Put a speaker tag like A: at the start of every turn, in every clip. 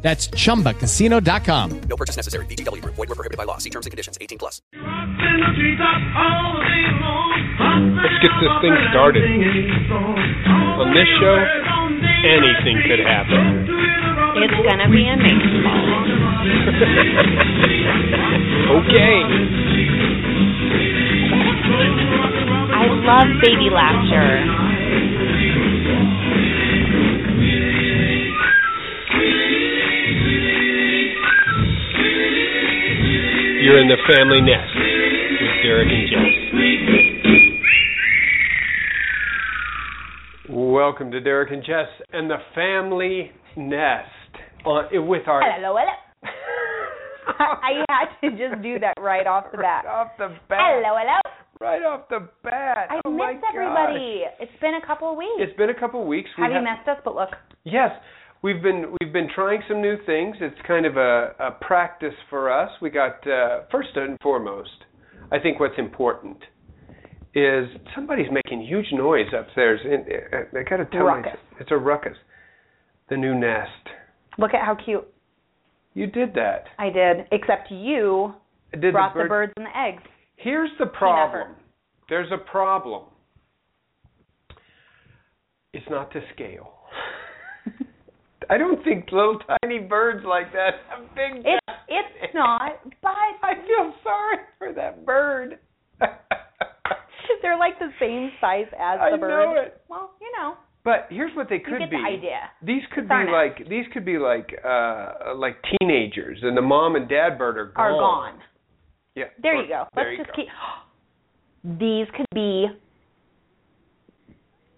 A: That's chumbacasino.com.
B: No purchase necessary. VGW Group. Void were prohibited by law. See terms and conditions. 18 plus.
C: Let's
D: get this thing started. On this show, anything could happen.
E: It's gonna be amazing.
D: Okay.
E: I love baby laughter.
D: You're in the family nest with Derek and Jess. Welcome to Derek and Jess and the family nest on, with our.
F: Hello, hello. I had to just do that right off the bat.
D: Right off the bat.
F: Hello, hello.
D: Right off the bat.
F: I
D: oh my
F: missed everybody. It's been a couple of
D: gosh.
F: weeks.
D: It's been a couple weeks. We
F: Have you
D: ha-
F: missed us? But look,
D: Yes, we've been we've been trying some new things. It's kind of a, a practice for us. We got uh, first and foremost. I think what's important is somebody's making huge noise upstairs. And I, I gotta tell you,
F: Ruckus.
D: it's a ruckus. The new nest.
F: look at how cute
D: You did that.
F: I did. Except you
D: I Did
F: brought
D: the, bird-
F: the birds and the eggs.
D: Here's the problem. There's a problem. It's not to scale. I don't think little tiny birds like that have big.
F: It's it's not, but
D: I feel sorry for that bird.
F: they're like the same size as
D: I
F: the bird.
D: know it.
F: Well, you know,
D: But here's what they
F: you
D: could
F: get
D: be.
F: the idea.
D: These could
F: Darn
D: be
F: it.
D: like these could be like uh like teenagers and the mom and dad bird are gone.
F: Are gone.
D: Yeah.
F: There
D: or-
F: you go.
D: There
F: Let's
D: you go.
F: just keep. These could be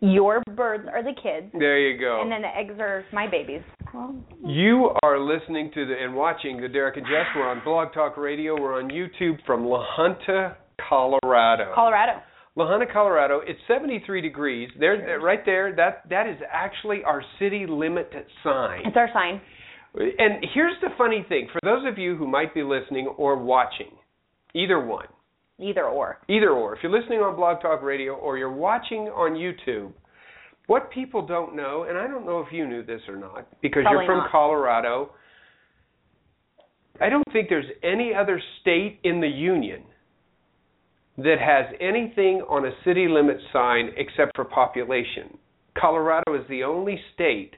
F: your birds are the kids,
D: There you go.
F: and then the eggs are my babies. Well,
D: You are listening to the and watching the Derek and Jess. We're on Blog Talk Radio. We're on YouTube from La Junta, Colorado.
F: Colorado.
D: La Junta, Colorado. It's 73 degrees. There, there- right there. That that is actually our city limit sign.
F: It's our sign.
D: And here's the funny thing: for those of you who might be listening or watching, either one,
F: Either or.
D: either or, if you're listening on Blog Talk Radio or you're watching on YouTube, what people don't know, and I don't know if you knew this or not, because
F: Probably
D: you're from
F: not.
D: Colorado. I don't think there's any other state in the union that has anything on a city limit sign except for population. Colorado is the only state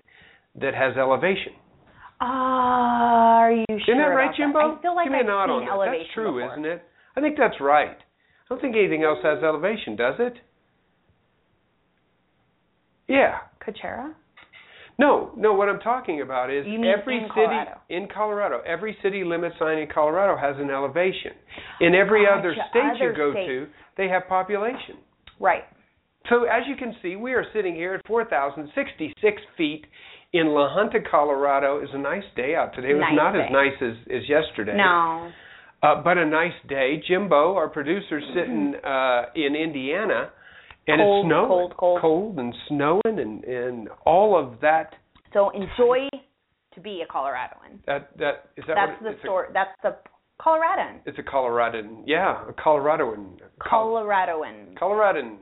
D: that has elevation.
F: Ah, Are you sure?
D: Isn't that
F: about
D: right, Jimbo?
F: I feel like
D: Give me
F: I've
D: a nod on
F: seen
D: that.
F: elevation
D: That's true,
F: before.
D: isn't it? I think that's right. I don't think anything else has elevation, does it? Yeah.
F: Coachella?
D: No, no. What I'm talking about is
F: You mean
D: every
F: in
D: city
F: Colorado.
D: in Colorado, every city limit sign in Colorado has an elevation. In every other
F: Gotcha,
D: state you
F: other
D: go
F: states.
D: to, they have population.
F: Right.
D: So as you can see, we are sitting here at 4,066 feet in La Junta, Colorado. It's a nice day out today. It was
F: Nice
D: not as
F: day.
D: nice as, as yesterday.
F: No.
D: Uh, but a nice day. Jimbo, our producer, sitting uh, in Indiana, and
F: Mm-hmm. Cold,
D: it's snowing,
F: cold, cold.
D: and snowing, and and all of that.
F: So enjoy to be a Coloradoan.
D: That that is that.
F: That's
D: what,
F: the
D: it's
F: story. That's the Coloradoan.
D: A, it's a Coloradan, yeah, a Coloradoan. Col-
F: Coloradoan.
D: Coloradan.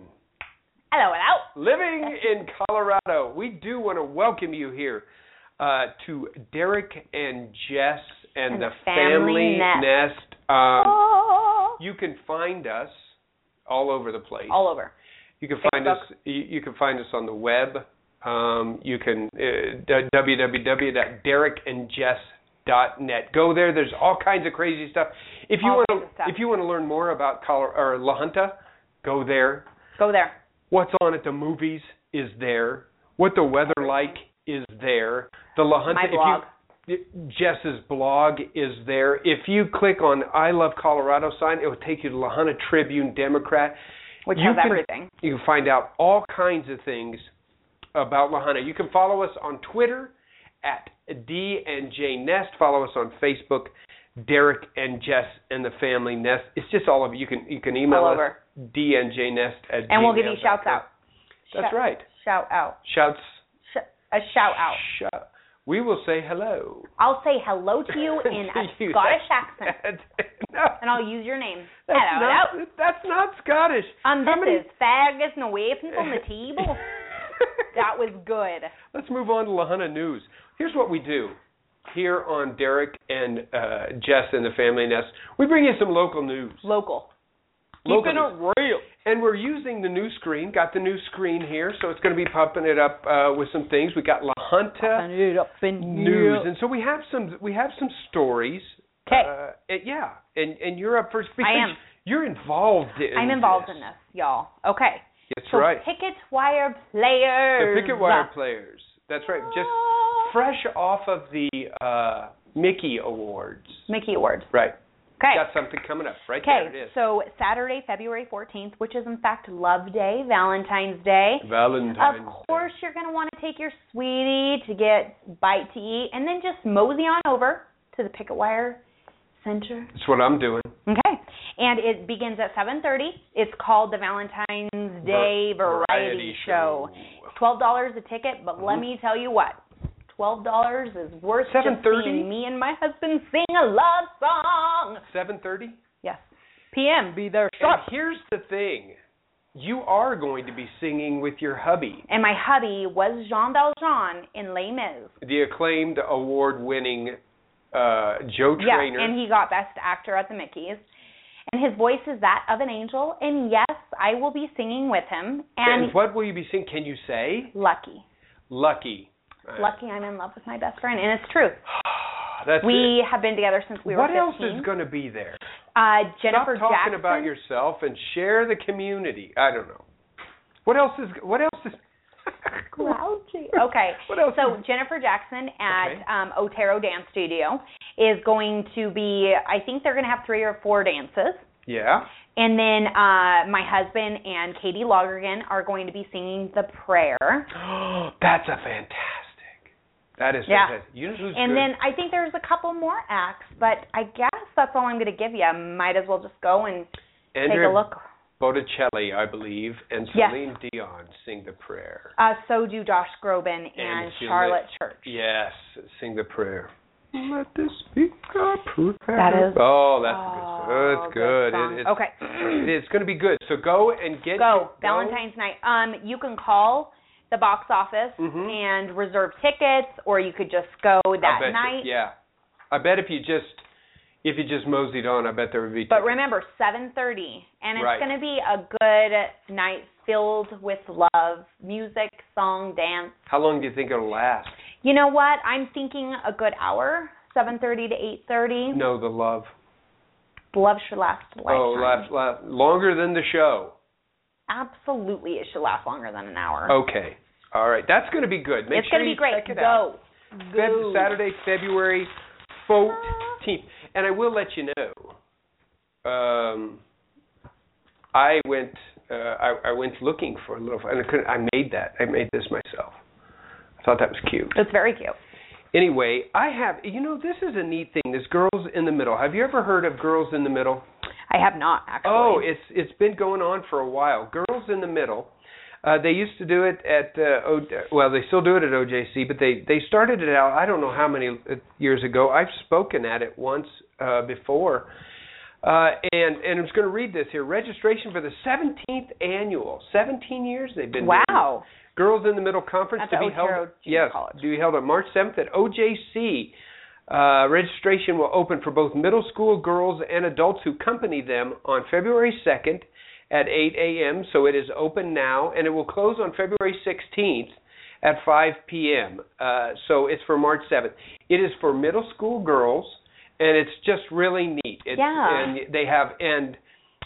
F: Hello, hello.
D: Living in Colorado, we do want to welcome you here uh, to Derek and Jess and,
F: And
D: the
F: the family
D: nest. Um,
F: Oh.
D: you can find us all over the place.
F: All over.
D: You can find us. You, you can find us on the web. Um, you can uh, www.derekandjess.net. Go there. There's all kinds of crazy stuff. If you
F: All
D: want
F: kinds of
D: to,
F: stuff.
D: if you want to learn more about Color or La Junta, go there.
F: Go there.
D: What's on at the movies is there. What the weather like is there. The La Junta.
F: My
D: if you-
F: blog.
D: Jess's blog is there. If you click on I Love Colorado sign, it will take you to La Junta Tribune Democrat.
F: Which
D: you
F: has
D: can-
F: everything.
D: You can find out all kinds of things about La Junta. You can follow us on Twitter at D and J Nest. Follow us on Facebook, Derek and Jess and the Family Nest. It's just all of you can you can email
F: All
D: us
F: over.
D: D and J Nest at
F: And we'll give you
D: gmail dot
F: shouts
D: com.
F: out.
D: That's
F: Shout-
D: right.
F: Shout out.
D: Shouts
F: Sh- a shout out.
D: Shout. We will say hello.
F: I'll say hello to you in a
D: To you.
F: Scottish accent,
D: no,
F: and I'll use your name.
D: that's
F: hello.
D: not,
F: hello.
D: That's not Scottish.
F: Um,
D: How
F: this
D: many-
F: is Ferguson away from the table. that was good.
D: Let's move on to Lahana News. Here's what we do here on Derek and uh, Jess and the Family Nest. We bring you some local news.
F: Local.
D: Local
F: Keeping
D: news.
F: it real.
D: And we're using the new screen. Got the new screen here, so it's going to be pumping it up uh, with some things. We got La Junta
F: it up in
D: news, and so we have some we have some stories.
F: 'Kay.
D: Uh, and- yeah, and and you're up first because
F: am.
D: you're involved in.
F: I'm involved
D: this.
F: in this, y'all. Okay.
D: That's
F: so
D: right.
F: Picket wire players.
D: The picket wire players. That's right. Just fresh off of the uh, Mickey Awards.
F: Mickey Award.
D: Right.
F: Okay.
D: Got something coming up. Right there it
F: Okay,
D: is.
F: so Saturday, February 14th, which is in fact Love Day, Valentine's Day.
D: Valentine's.
F: Of course, you're going to want to take your sweetie to get bite to eat and then just mosey on over to the Picket Wire Center.
D: That's what I'm doing.
F: Okay. And it begins at 7:30. It's called the Valentine's Day
D: Var- variety
F: Variety, Show.
D: show.
F: $12 a ticket, but
D: Mm-hmm.
F: let me tell you what. $12 is worth just
D: 7:30?
F: seeing me and my husband sing a love song.
D: 7:30.
F: Yes. PM, be there
D: And
F: sharp.
D: here's the thing. You are going to be singing with your hubby,
F: And my hubby was Jean Valjean in Les Mis.
D: the acclaimed award-winning uh, Joe
F: Yeah,
D: Trainer.
F: and he got Best Actor at the Mickeys. And his voice is that of an angel. And yes, I will be singing with him. And,
D: And what will you be singing? Can you say?
F: lucky,
D: Lucky. Uh,
F: lucky, I'm in love with my best friend, and it's true.
D: That's it.
F: We have been together since we
D: what
F: were
D: else
F: 15.
D: is going to be there?
F: uh, Jennifer
D: Stop talking
F: Jackson.
D: about yourself and share the community. I don't know. What else is? What else is?
F: Grouchy. Okay.
D: What else?
F: So Jennifer Jackson at
D: Okay.
F: um, Otero Dance Studio is going to be. I think they're going to have three or four dances.
D: yeah.
F: And then uh, my husband and Katie Lonergan are going to be singing the prayer.
D: That's a fantastic. That is
F: Yeah.
D: fantastic. You know who's
F: And
D: good?
F: then I think there's a couple more acts, but I guess that's all I'm going to give you. Might as well just go and
D: Andrea
F: take a look.
D: Botticelli, I believe, and
F: Yes.
D: Celine Dion sing the prayer.
F: Uh, so do Josh Groban and,
D: And Juliet-
F: Charlotte Church.
D: Yes, sing the prayer. Let this be our prayer.
F: That is-
D: Oh, that's
F: Oh,
D: good. That's good.
F: song.
D: It, it's,
F: okay.
D: It's going to be good. So go and get your-
F: go Valentine's night. Um, you can call the box office
D: Mhm.
F: and reserve tickets, or you could just go
D: I
F: that
D: bet you-
F: night.
D: yeah, I bet if you just if you just moseyed on, I bet there would be.
F: But remember, 7:30, and it's
D: Right.
F: going to be a good night filled with love, music, song, dance.
D: How long do you think it'll last?
F: You know what? I'm thinking a good hour, 7:30 to 8:30.
D: No, the love.
F: Love should last a lifetime.
D: Oh, last, last longer than the show.
F: Absolutely, it should last longer than an hour.
D: Okay, all right, that's going to be good. Oh, Make
F: it's
D: sure
F: going to
D: you
F: be great.
D: check it
F: go.
D: out. Feb-
F: Go.
D: Saturday, February 14th. And I will let you know. Um, I went. Uh, I, I went looking for a little. And I, couldn't, I made that. I made this myself. I thought that was cute.
F: It's very cute.
D: Anyway, I have. You know, this is a neat thing. This girls in the middle. Have you ever heard of girls in the middle?
F: I have not actually.
D: Oh, it's it's been going on for a while. Girls in the middle. Uh, they used to do it at uh, o- well, they still do it at OJC, but they they started it out. I don't know how many uh, years ago. I've spoken at it once uh, before, uh, and and I'm just going to read this here. Registration for the 17th annual. 17 years they've been. doing it.
F: wow.
D: Girls in the Middle Conference
F: At
D: to
F: the
D: be held.
F: Otero Junior
D: yes,
F: College.
D: to be held on March 7th at OJC. Uh, registration will open for both middle school girls and adults who accompany them on February 2nd at 8 a.m. So it is open now, and it will close on February 16th at 5 p.m. Uh, so it's for March 7th. It is for middle school girls, and it's just really neat. It's,
F: Yeah.
D: And they have and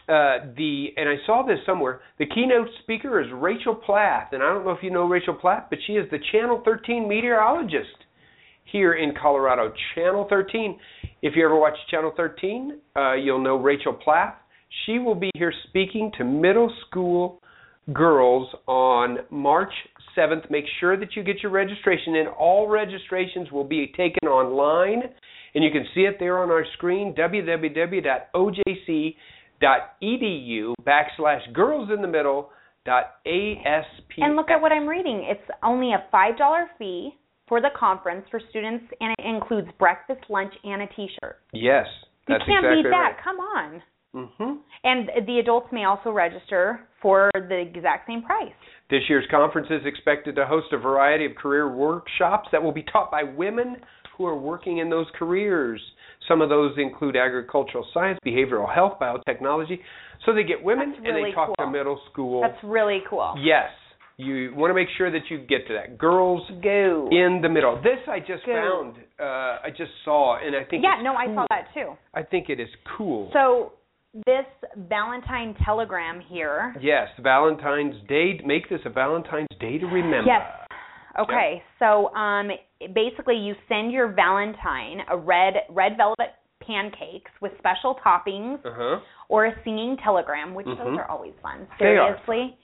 D: uh, the and I saw this somewhere. The keynote speaker is Rachel Plath, and I don't know if you know Rachel Plath, but she is the Channel 13 meteorologist here in Colorado. Channel 13. If you ever watch Channel 13, uh, you'll know Rachel Plath. She will be here speaking to middle school girls on March 7th. Make sure that you get your registration in. All registrations will be taken online, and you can see it there on our screen www.ojc.edu E backslash girls in the middle dot ASP.
F: And look at what I'm reading. It's only a five dollar fee for the conference for students, and it includes breakfast, lunch, and a T-shirt.
D: Yes,
F: You
D: that's
F: can't
D: exactly
F: beat
D: right.
F: that. Come on.
D: hmm
F: And the adults may also register for the exact same price.
D: This year's conference is expected to host a variety of career workshops that will be taught by women who are working in those careers. Some of those include agricultural science, behavioral health, biotechnology. So they get women
F: That's
D: and
F: really
D: they talk
F: cool.
D: to middle school.
F: That's really cool.
D: yes, you want to make sure that you get to that. Girls
F: Go.
D: in the middle. This I just
F: Go.
D: found. Uh, I just saw, and I think
F: Yeah,
D: it's
F: no, I saw
D: cool.
F: that too.
D: I think it is cool.
F: So this Valentine telegram here.
D: yes, Valentine's Day. Make this a Valentine's Day to remember.
F: Yes. Okay. So um basically you send your Valentine a red red velvet pancakes with special toppings
D: Uh huh.
F: or a singing telegram, which
D: Mhm.
F: those are always fun,
D: They are.
F: seriously.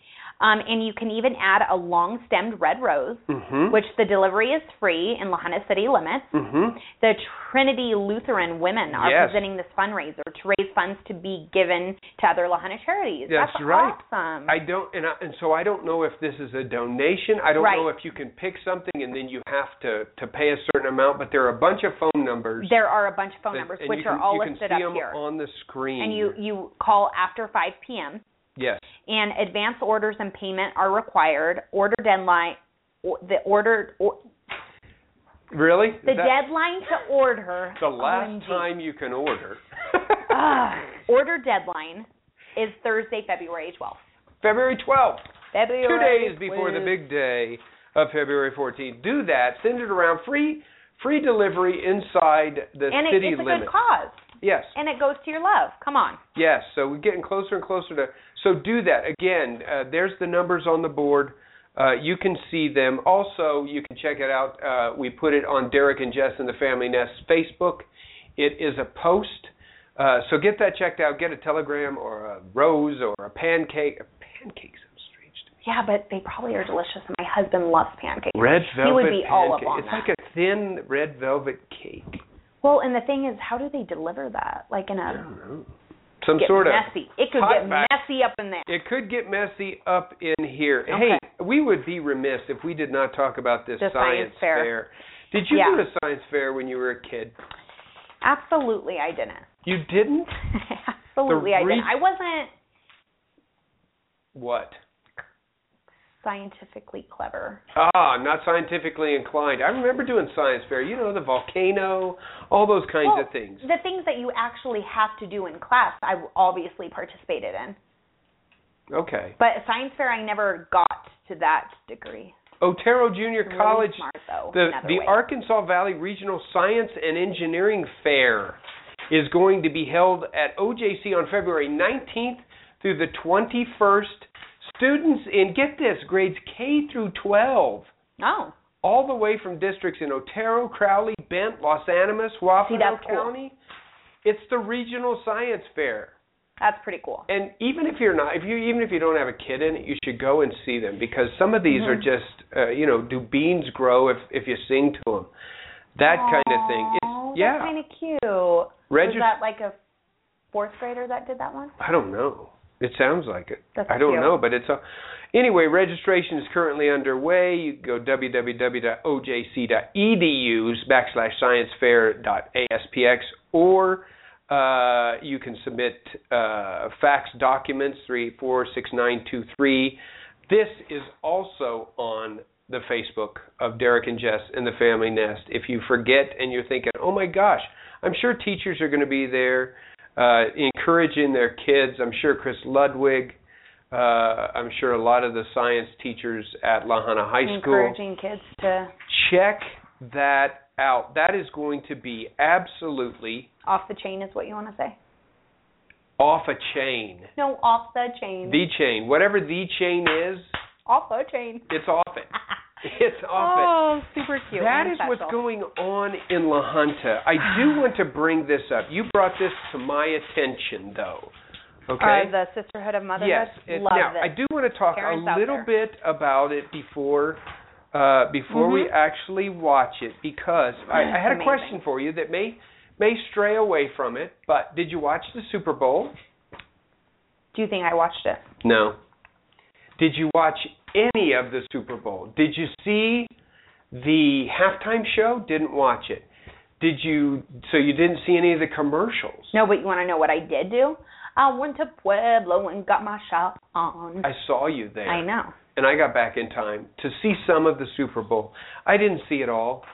F: Um and you can even add a long stemmed red rose,
D: Mhm.
F: which the delivery is free in Lahana City limits.
D: Mhm.
F: The Trinity Lutheran women are
D: Yes.
F: presenting this fundraiser to raise funds to be given to other Lahana charities.
D: That's
F: That's
D: right.
F: awesome.
D: I don't, and, I, and so I don't know if this is a donation. I don't
F: Right.
D: know if you can pick something and then you have to to pay a certain amount. But there are a bunch of phone numbers.
F: there are a bunch of phone
D: that-
F: numbers
D: and
F: which
D: you can,
F: are all
D: you
F: listed
D: can see
F: up
D: them
F: here.
D: on the screen.
F: and you you call after 5 p.m.
D: yes,
F: and advance orders and payment are required. Order deadline or, the order or,
D: really? Is
F: the
D: that-
F: deadline to order.
D: The last
F: OMG.
D: time you can order.
F: Ugh. order deadline is Thursday, February 12th.
D: February twelfth.
F: February
D: two days before the
F: 12th.
D: big day of February 14th. Do that. Send it around. Free free delivery inside the
F: and it,
D: city
F: it's a
D: limits.
F: good cause,
D: Yes.
F: and it goes to your love. Come on.
D: Yes, so we're getting closer and closer to. So do that again. Uh, there's the numbers on the board. Uh, you can see them. Also, you can check it out. Uh, we put it on Derek and Jess and the Family Nest Facebook. It is a post. Uh, so get that checked out. Get a telegram or a rose or a pancake. Pancakes sounds strange to me.
F: Yeah, but they probably are delicious. My husband loves pancakes.
D: Red
F: He
D: velvet
F: would be all up
D: pancake.
F: on
D: It's
F: that.
D: like a thin red velvet cake.
F: Well, and the thing is, how do they deliver that? Like in
D: I
F: a
D: don't know. Some
F: get
D: sort of
F: messy. It could
D: hot
F: get
D: back.
F: messy up in there.
D: It could get messy up in here.
F: Okay.
D: Hey, we would be remiss if we did not talk about this
F: The science fair.
D: Did you go
F: Yeah.
D: to science fair when you were a kid?
F: Absolutely, I didn't.
D: You didn't?
F: Absolutely, I
D: re-
F: didn't. I wasn't
D: What?
F: scientifically clever.
D: Ah, not scientifically inclined. I remember doing science fair. You know, the volcano, all those kinds
F: Well,
D: of things.
F: The things that you actually have to do in class, I obviously participated in.
D: Okay.
F: But science fair, I never got to that degree.
D: Otero Junior
F: Really
D: College,
F: smart, though,
D: the
F: another
D: the
F: way.
D: Arkansas Valley Regional Science and Engineering Fair is going to be held at OJC on February 19th through the 21st. Students in get this grades K through 12,
F: Oh,
D: all the way from districts in Otero, Crowley, Bent, Los Animas, Wapano
F: that's cool.
D: County. It's the regional science fair.
F: that's pretty cool.
D: And even if you're not, if you even if you don't have a kid in it, you should go and see them because some of these are
F: Mm-hmm.
D: just, uh, you know, do beans grow if if you sing to them, that kind of thing.
F: Aw,
D: It's, yeah,
F: That's kind of cute.
D: Regis-
F: Was that like a fourth grader that did that one?
D: I don't know. It sounds like it.
F: That's
D: I don't
F: cute.
D: know, but it's a. Anyway, registration is currently underway. You can go www.ojc.edu backslash sciencefair.aspx or uh, you can submit uh, fax documents 3846923. This is also on the Facebook of Derek and Jess and the Family Nest. If you forget and you're thinking, oh my gosh, I'm sure teachers are going to be there uh, encouraging their kids. I'm sure Chris Ludwig, uh, I'm sure a lot of the science teachers at Lahana High School.
F: Encouraging kids to
D: Check that out. That is going to be absolutely
F: off the chain is what you want to say.
D: off a chain.
F: No, off the chain.
D: The chain, whatever the chain is,
F: off the chain.
D: it's off it. It's off it.
F: oh, super cute.
D: That
F: and
D: is what's
F: special.
D: going on in La Junta. I do want to bring this up. You brought this to my attention, though. Okay.
F: uh, the Sisterhood of Motherhood.
D: yes. and
F: Love
D: now
F: this.
D: I do want to talk
F: Parents
D: a
F: out
D: little
F: there.
D: bit about it before uh, before we
F: Mhm.
D: actually watch it because I, I had a
F: Amazing.
D: question for you that may may stray away from it. But did you watch the Super Bowl?
F: Do you think I watched it?
D: No. Did you watch any of the Super Bowl? Did you see the halftime show? Didn't watch it. Did you? So you didn't see any of the commercials?
F: No, but you want to know what I did do? I went to Pueblo and got my shop on.
D: I saw you there.
F: I know.
D: and I got back in time to see some of the Super Bowl. I didn't see it all.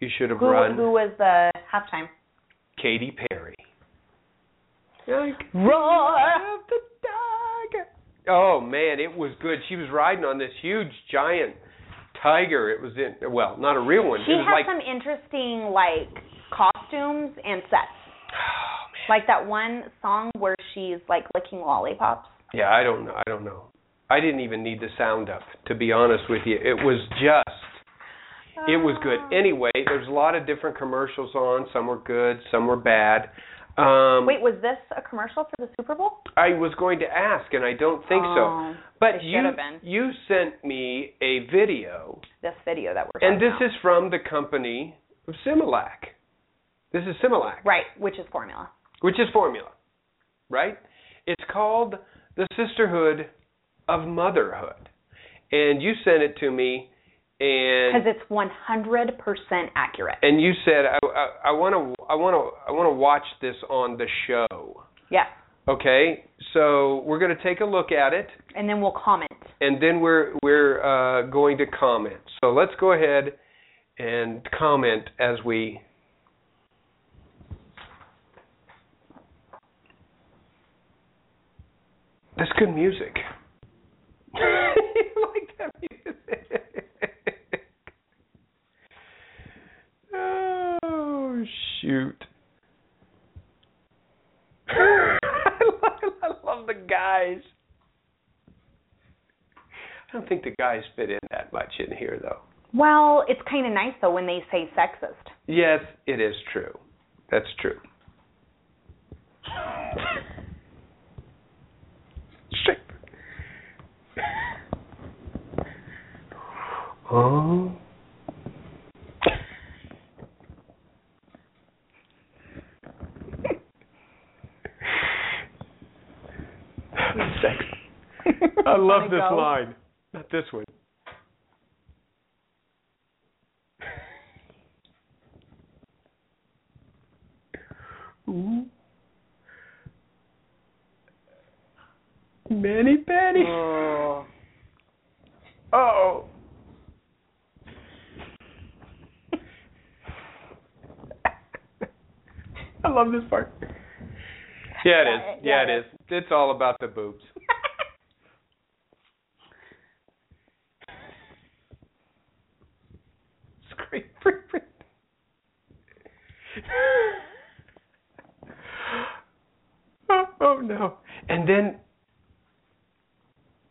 D: You should have
F: Who,
D: run
F: who was the halftime?
D: Katy Perry. Like,
F: Roar!
D: of the tiger. Oh man, it was good. She was riding on this huge giant tiger. It was in well, not a real one.
F: She
D: it was
F: had
D: like
F: some interesting like costumes and sets.
D: oh, man.
F: Like that one song where she's like licking lollipops.
D: Yeah, I don't know. I don't know. I didn't even need the sound up to be honest with you. It was just It was good.
F: Ah.
D: Anyway, there's a lot of different commercials on. Some were good, some were bad. Um,
F: Wait, was this a commercial for the Super Bowl?
D: I was going to ask, and I don't think
F: Oh,
D: so. But
F: it
D: you
F: should've been.
D: you sent me a video,
F: This video that we're
D: and
F: talking
D: this is from the company of Similac. This is Similac,
F: about. right, which is formula.
D: which is formula, right? It's called the Sisterhood of Motherhood, and you sent it to me, and
F: Because it's 100% accurate.
D: and you said I I want to I want to I want to watch this on the show.
F: yeah.
D: Okay, so we're going to take a look at it,
F: And then we'll comment.
D: and then we're we're uh, going to comment. So let's go ahead and comment as we. That's good music. You like that music? Oh shoot! I love- I love the guys. I don't think the guys fit in that much in here, though.
F: Well, it's kind of nice though when they say sexist.
D: Yes, it is true. That's true. Shit. Oh. Sex. I love this line. Not this one. Manny Patty. Oh. oh. I love this part. Yeah, it is. Yeah, it is. It's all about the boobs. Scream, scream, scream. oh, oh no. And then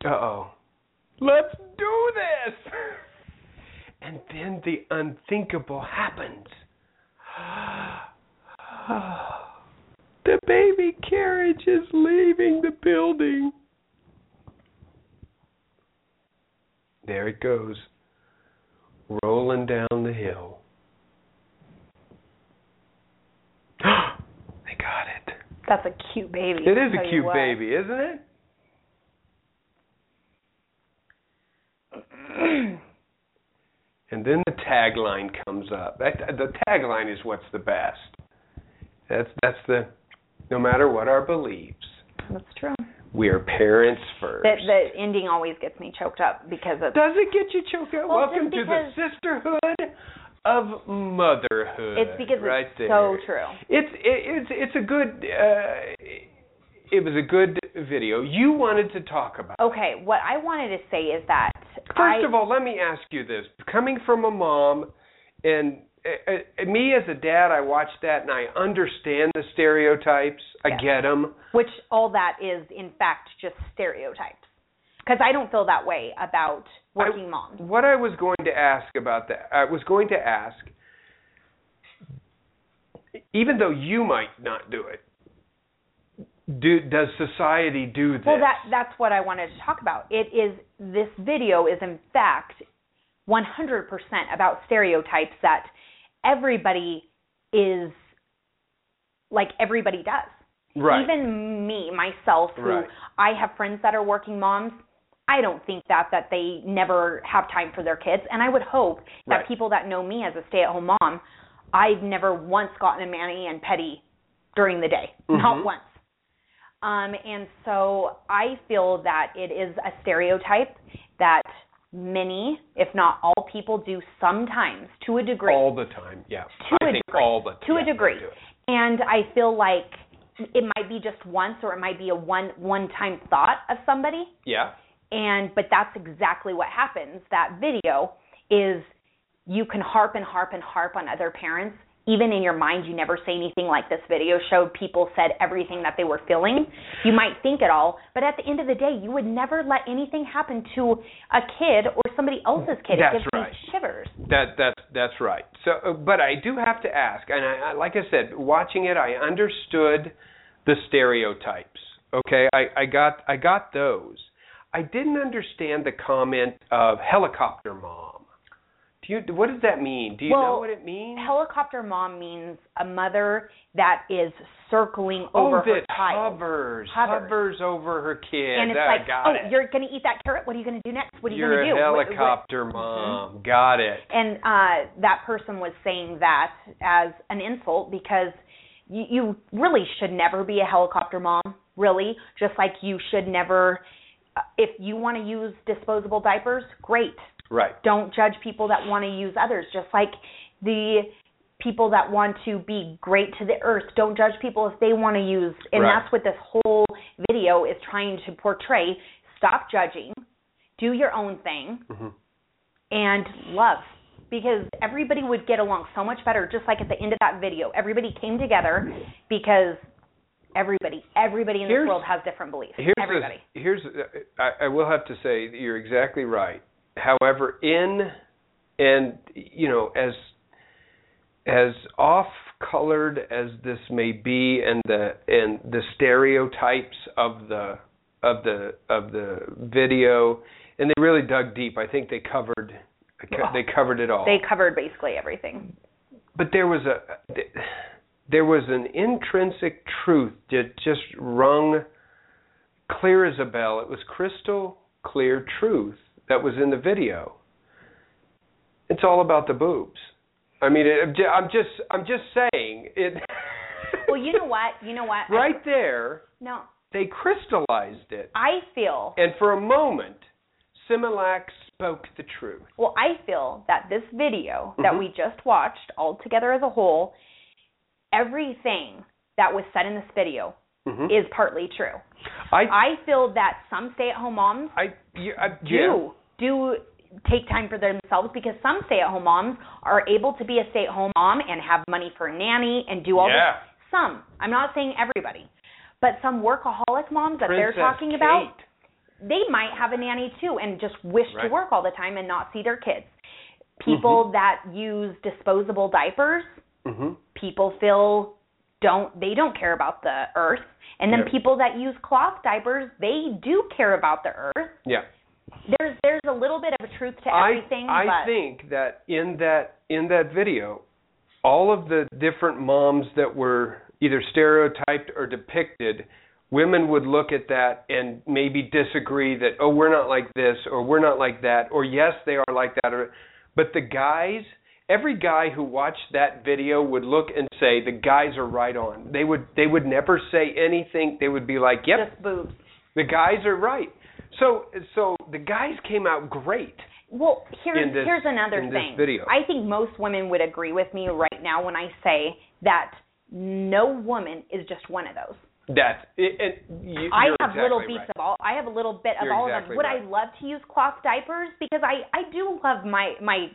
D: uh oh. Let's do this! And then the unthinkable happens. the baby carriage is leaving the building. There it goes, rolling down the hill. they got it.
F: That's a cute baby.
D: It is
F: I'll tell
D: a
F: you
D: cute
F: what.
D: baby, isn't it? and then the tagline comes up. That, the tagline is what's the best. That's that's the no matter what our beliefs,
F: That's true.
D: we are parents first.
F: The, the ending always gets me choked up because it's
D: Does it get you choked up?
F: Well,
D: Welcome to
F: just
D: the sisterhood of motherhood.
F: it's because
D: right
F: it's
D: there.
F: so true.
D: It's it, it's it's a good. Uh, it was a good video. You wanted to talk about.
F: Okay, what I wanted to say is that
D: First
F: I,
D: of all, let me ask you this: coming from a mom, and uh, uh, me as a dad, I watched that and I understand the stereotypes. I
F: Yes.
D: get them.
F: which all that is in fact just stereotypes. Because I don't feel that way about working moms.
D: What I was going to ask about that, I was going to ask, even though you might not do it, do, does society do this?
F: Well, that that's what I wanted to talk about. It is this video is in fact 100% about stereotypes that everybody is like everybody does.
D: right.
F: Even me myself who
D: Right.
F: I have friends that are working moms, I don't think that that they never have time for their kids and I would hope that
D: Right.
F: people that know me as a stay-at-home mom, I've never once gotten a mani and petty during the day.
D: Mm-hmm.
F: Not once. Um, and so I feel that it is a stereotype that many, if not all people, do sometimes to a degree.
D: all the time. Yeah.
F: to
D: I
F: a
D: think
F: degree.
D: all the
F: to
D: yeah,
F: a
D: they
F: degree.
D: do it.
F: And I feel like it might be just once or it might be a one one time thought of somebody
D: Yeah.
F: and but that's exactly what happens that video is you can harp and harp and harp on other parents even in your mind you never say anything like this video showed people said everything that they were feeling you might think it all but at the end of the day you would never let anything happen to a kid or somebody else's kid
D: That's
F: it gives
D: right.
F: me shivers
D: That that's that's right. So, uh, but I do have to ask, and I, I, like I said, watching it, I understood the stereotypes. Okay, I, I got I got those. I didn't understand the comment of helicopter mom. Do you? What does that mean? Do you know
F: Well,
D: what it means?
F: helicopter mom means a mother that is circling
D: oh,
F: over
D: that
F: her child
D: hovers,
F: Hovers.
D: over her kid.
F: and it's
D: I
F: like
D: got
F: oh
D: it.
F: you're going to eat that carrot what are you going to do next what are you
D: You're
F: going to do
D: a
F: What- Mm-hmm. what-
D: helicopter mom. Got it.
F: and uh, that person was saying that as an insult because you, you really should never be a helicopter mom, really. Just like you should never, uh, if you want to use disposable diapers, great.
D: Right.
F: Don't judge people that want to use others. Just like the people that want to be great to the earth, don't judge people if they want to use. And
D: Right.
F: that's what this whole video is trying to portray. Stop judging, do your own thing
D: Mm-hmm.
F: and love because everybody would get along so much better just like at the end of that video everybody came together because everybody everybody in
D: Here's-
F: this world has different beliefs
D: Here's the-
F: everybody
D: here's uh, I, I will have to say that you're exactly right. However, in and you know as as off colored as this may be, and the and the stereotypes of the of the of the video, and they really dug deep. I think they covered they covered it all
F: they covered basically everything
D: but there was a there was an intrinsic truth that just rung clear as a bell. It was crystal clear truth that was in the video. It's all about the boobs. I mean, it, I'm just I'm just saying it.
F: well you know what you know what
D: right there,
F: no
D: they crystallized it,
F: i feel
D: and for a moment, Similac spoke the truth.
F: well i feel that this video that
D: Mm-hmm.
F: we just watched all together as a whole everything that was said in this video is partly true
D: Mm-hmm. I
F: i feel that some stay-at-home moms
D: I, you, I
F: do do take time for themselves because some stay-at-home moms are able to be a stay-at-home mom and have money for nanny and do all
D: Yeah.
F: this. Some, I'm not saying everybody, but some workaholic moms that
D: Princess
F: they're talking
D: Kate.
F: about, they might have a nanny too and just wish
D: Right. Mm-hmm.
F: to work all the time and not see their kids. People that use disposable diapers,
D: Mhm.
F: people feel don't they don't care about the earth. And then
D: Yeah.
F: people that use cloth diapers, they do care about the earth
D: Yeah.
F: there's there's a little bit of a truth to
D: I-
F: everything,
D: I,
F: but
D: think that in that in that video, all of the different moms that were either stereotyped or depicted, women would look at that and maybe disagree that oh we're not like this or we're not like that or yes they are like that or but the guys every guy who watched that video would look and say the guys are right on they would they would never say anything they would be like yep
F: just boobs.
D: the guys are right so so the guys came out great
F: Well, here's
D: in this-
F: here's another
D: in this
F: thing.
D: video.
F: I think most women would agree with me right now when I say that no woman is just one of those.
D: That it, it, you,
F: I
D: you're
F: have
D: exactly
F: little beats
D: right.
F: of all. I have a little bit of
D: You're
F: all
D: exactly
F: of them. Would
D: right.
F: I love to use cloth diapers because I I do love my my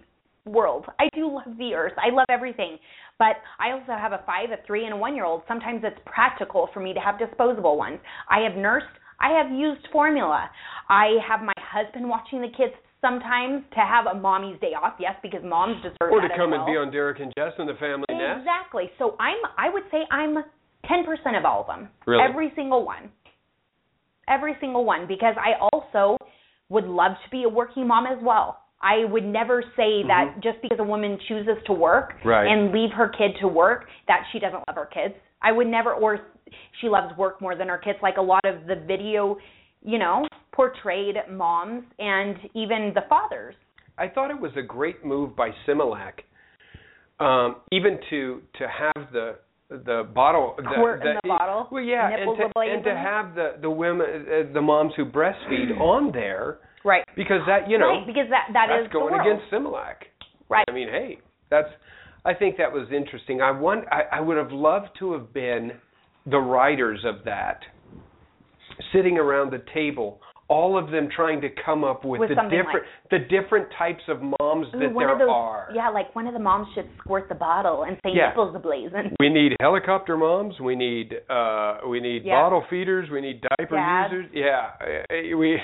F: world. I do love the earth. I love everything. But I also have a 5, a 3 and a 1-year-old. Sometimes it's practical for me to have disposable ones. I have nursed, I have used formula. I have my husband watching the kids sometimes to have a mommy's day off. Yes, because moms deserve
D: Or to
F: that as
D: come and
F: well.
D: be on Derek and Jess and the Family Nest.
F: Exactly. So I'm I would say I'm 10% of all of them.
D: Really?
F: Every single one. Every single one because I also would love to be a working mom as well. I would never say that just because a woman chooses to work
D: Mm-hmm. Right.
F: and leave her kid to work that she doesn't love her kids. I would never or she loves work more than her kids like a lot of the video, you know, portrayed moms and even the fathers.
D: I thought it was a great move by Similac, um, even to to have the the bottle the,
F: Squirt in the bottle?
D: Well, yeah,
F: Nipple
D: and to, and to
F: ablazing?
D: have the the women uh, the moms who breastfeed on there
F: Right.
D: because that you know
F: right, because that that
D: that's
F: is the
D: going
F: world.
D: against Similac.
F: right.
D: I mean, hey, that's. I think that was interesting. I want. I, I would have loved to have been the writers of that, sitting around the table, all of them trying to come up with,
F: With
D: the
F: something
D: different the different types of moms
F: Ooh,
D: that
F: one
D: there
F: of those,
D: are.
F: Yeah, like one of the moms should squirt the bottle and say
D: Yeah.
F: nipples ablazing.
D: We need helicopter moms. We need uh, we need
F: Yeah.
D: bottle feeders. We need diaper
F: Dads.
D: users. Yeah, eh, eh, we.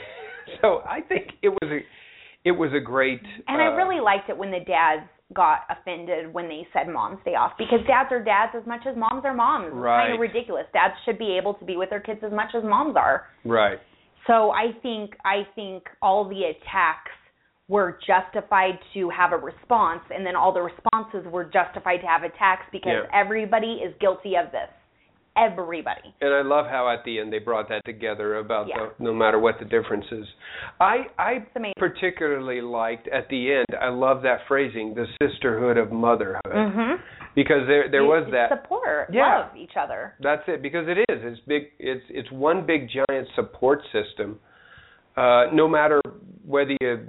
D: So I think it was a it was a great.
F: And
D: uh,
F: I really liked it when the dads got offended when they said moms day off because dads are dads as much as moms are moms. It's kind
D: Right.
F: of ridiculous. Dads should be able to be with their kids as much as moms are.
D: right.
F: So I think I think all the attacks were justified to have a response and then all the responses were justified to have attacks because
D: Yeah.
F: everybody is guilty of this. Everybody.
D: And I love how at the end they brought that together about
F: Yeah.
D: the, no matter what the difference is. I I
F: amazing.
D: particularly liked at the end. I love that phrasing, the sisterhood of motherhood,
F: Mhm.
D: because Mm-hmm. there there
F: You-
D: was
F: you
D: that.
F: support,
D: Yeah.
F: love each other.
D: That's it because it is. It's big. It's it's one big giant support system. Uh, no matter whether you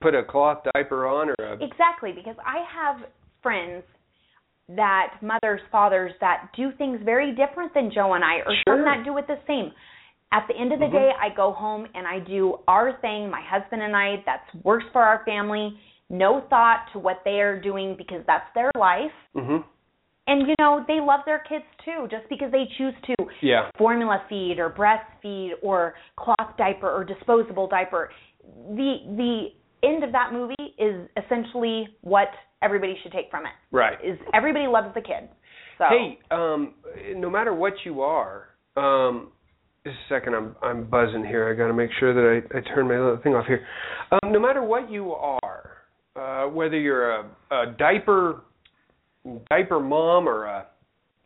D: put a cloth diaper on or a
F: Exactly, because I have friends that mothers, fathers that do things very different than Joe and I, or some
D: Sure.
F: that do it the same. At the end of the day, I go home and I do our thing, my husband and I, that's works for our family. No thought to what they are doing because that's their life.
D: Mhm.
F: And you know, they love their kids too, just because they choose to
D: yeah.
F: formula feed or breastfeed or cloth diaper or disposable diaper. The the end of that movie is essentially what everybody should take from it.
D: Right.
F: Is everybody loves the kid. So
D: Hey, um, no matter what you are, um, just a second, I'm I'm buzzing here. I got to make sure that I, I turn my little thing off here. Um, no matter what you are, uh, whether you're a, a diaper diaper mom or a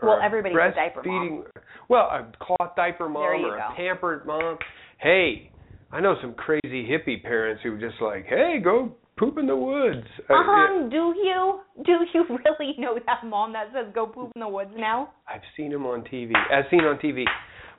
D: or
F: Well,
D: a
F: everybody's a diaper
D: breastfeeding, well, a cloth diaper mom
F: you
D: or
F: go.
D: a pampered mom. Hey, I know some crazy hippie parents who are just like, hey, go poop in the woods. Uh, yeah,
F: um, do you do you really know that mom that says go poop in the woods now?
D: I've seen him on TV. As seen on TV.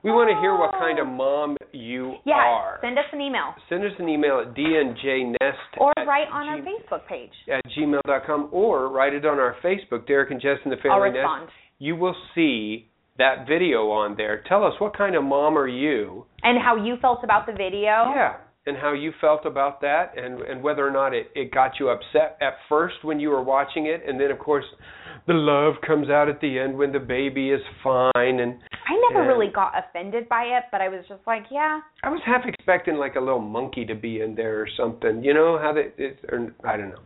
D: We want to hear what kind of mom you
F: Yeah,
D: are.
F: send us an email
D: Send us an email at dnjnest
F: or
D: at
F: write on our
D: g-
F: Facebook page.
D: at gmail.com or write it on our Facebook, Derek and Jess and the
F: I'll
D: Family Nest.
F: respond.
D: You will see that video on there. Tell us what kind of mom are you?
F: And how you felt about the video?
D: Yeah. And how you felt about that and, and whether or not it, it got you upset at first when you were watching it and then of course the love comes out at the end when the baby is fine and
F: I never
D: Yeah.
F: really got offended by it, but I was just like, yeah,
D: I was half expecting like a little monkey to be in there or something. You know how they it, or I don't know.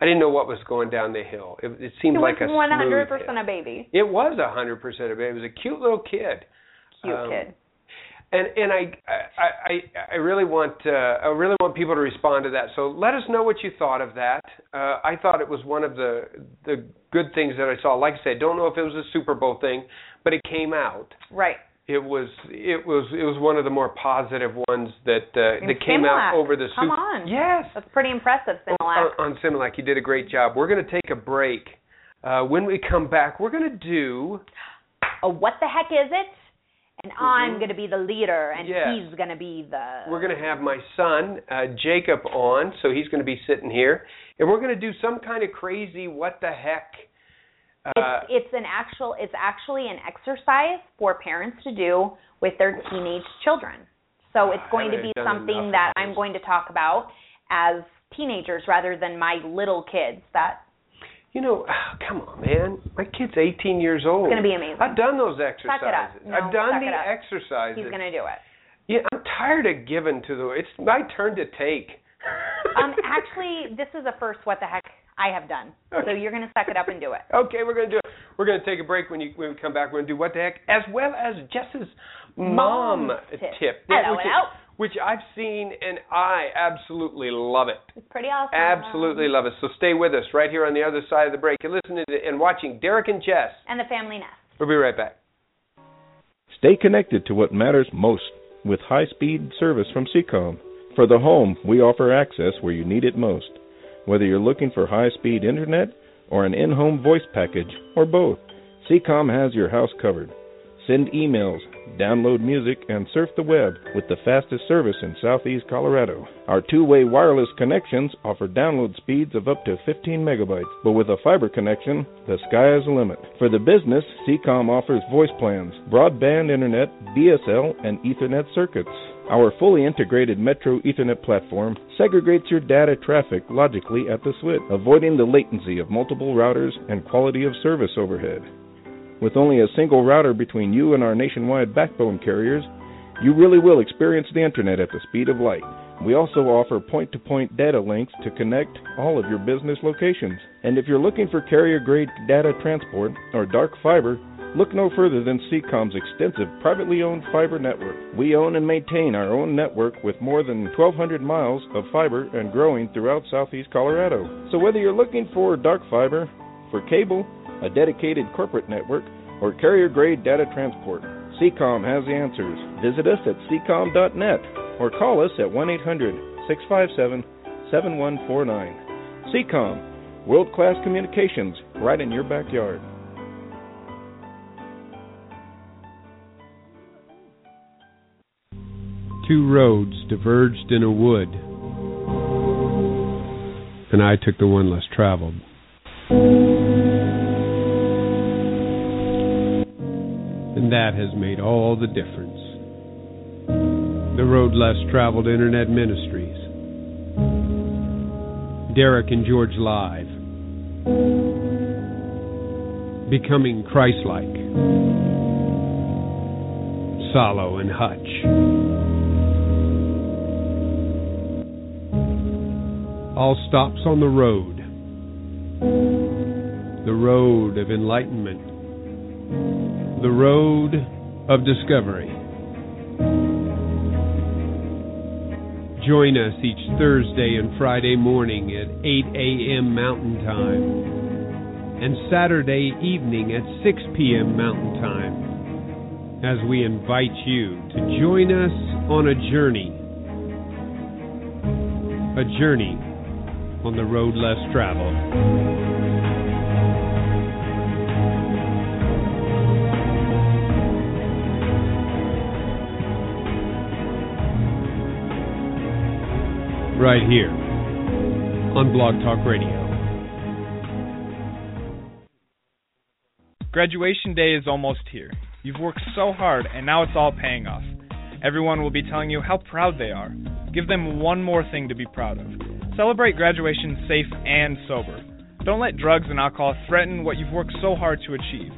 D: I didn't know what was going down the hill. It, it seemed
F: it
D: like
F: was
D: a
F: one hundred
D: smooth
F: percent
D: hill.
F: a baby.
D: It was a hundred percent of it. It was a cute little kid.
F: Cute
D: Um,
F: kid.
D: And and I I I, I really want uh, I really want people to respond to that. So let us know what you thought of that. Uh, I thought it was one of the the good things that I saw. Like I said, don't know if it was a Super Bowl thing, but it came out
F: Right.
D: it was it was it was one of the more positive ones that uh,
F: And
D: that came out
F: Similac,
D: over the
F: come
D: Sup-
F: on.
D: Yes,
F: That's pretty impressive, Similac.
D: on, on Similac, you did a great job. We're going to take a break. Uh, when we come back, we're going to do
F: Oh, what the heck is it? And I'm gonna be the leader, and
D: Yes.
F: he's gonna be the.
D: Mm-hmm. we're going to have my son uh, Jacob on, so he's going to be sitting here, and we're going to do some kind of crazy what the heck. Uh,
F: it's, it's an actual. It's actually an exercise for parents to do with their teenage children. So it's
D: I
F: going to
D: haven't
F: be
D: done enough
F: something
D: of
F: that I'm
D: those.
F: going to talk about as teenagers rather than my little kids. That
D: you know, come on, man. My kid's 18 years old.
F: gonna be amazing.
D: I've done those exercises.
F: it up. No,
D: I've done
F: suck
D: the
F: it up.
D: exercises.
F: he's gonna do it.
D: Yeah, I'm tired of giving to the. It's my turn to take.
F: Um, actually, this is the first what the heck I have done. So
D: Okay.
F: you're gonna suck it up and do it.
D: okay, we're gonna do it
C: We're going to take a break. When, you, when we come back, we're going to do what the heck, as well as Jess's mom,
F: Mom's
C: tip,
F: tip.
C: Yeah,
F: Hello,
C: which,
F: hello.
C: which I've seen and I absolutely love it.
F: It's pretty awesome.
C: Absolutely love it. So stay with us right here on the other side of the break. You're listening to and watching Derek and Jess.
F: And the family nest.
C: We'll be right back.
G: Stay connected to what matters most with high speed service from Seacom. For the home, we offer access where you need it most. Whether you're looking for high speed internet or an in home voice package or both, Seacom has your house covered. Send emails, download music, and surf the web with the fastest service in southeast Colorado. Our two way wireless connections offer download speeds of up to 15 megabytes, but with a fiber connection, the sky is the limit. For the business, CCOM offers voice plans, broadband internet, DSL, and Ethernet circuits. Our fully integrated Metro Ethernet platform segregates your data traffic logically at the switch, avoiding the latency of multiple routers and quality of service overhead. With only a single router between you and our nationwide backbone carriers, you really will experience the internet at the speed of light. We also offer point to point data links to connect all of your business locations. And if you're looking for carrier grade data transport or dark fiber, look no further than Seacom's extensive privately owned fiber network. We own and maintain our own network with more than 1,200 miles of fiber and growing throughout southeast Colorado. So whether you're looking for dark fiber, for cable, a dedicated corporate network, or carrier grade data transport. CCOM has the answers. Visit us at ccom.net or call us at 1 800 657 7149. CCOM, world class communications right in your backyard.
D: Two roads diverged in a wood, and I took the one less traveled. And that has made all the difference. The Road Less Traveled Internet Ministries. Derek and George Live. Becoming Christ like. Solo and Hutch. all stops on the road. The road of enlightenment. The road of discovery. Join us each Thursday and Friday morning at 8 a.m. Mountain Time and Saturday evening at 6 p.m. Mountain Time as we invite you to join us on a journey. A journey on the road less traveled. Right here on Blog Talk Radio.
H: Graduation day is almost here. You've worked so hard, and now it's all paying off. Everyone will be telling you how proud they are. Give them one more thing to be proud of. Celebrate graduation safe and sober. Don't let drugs and alcohol threaten what you've worked so hard to achieve.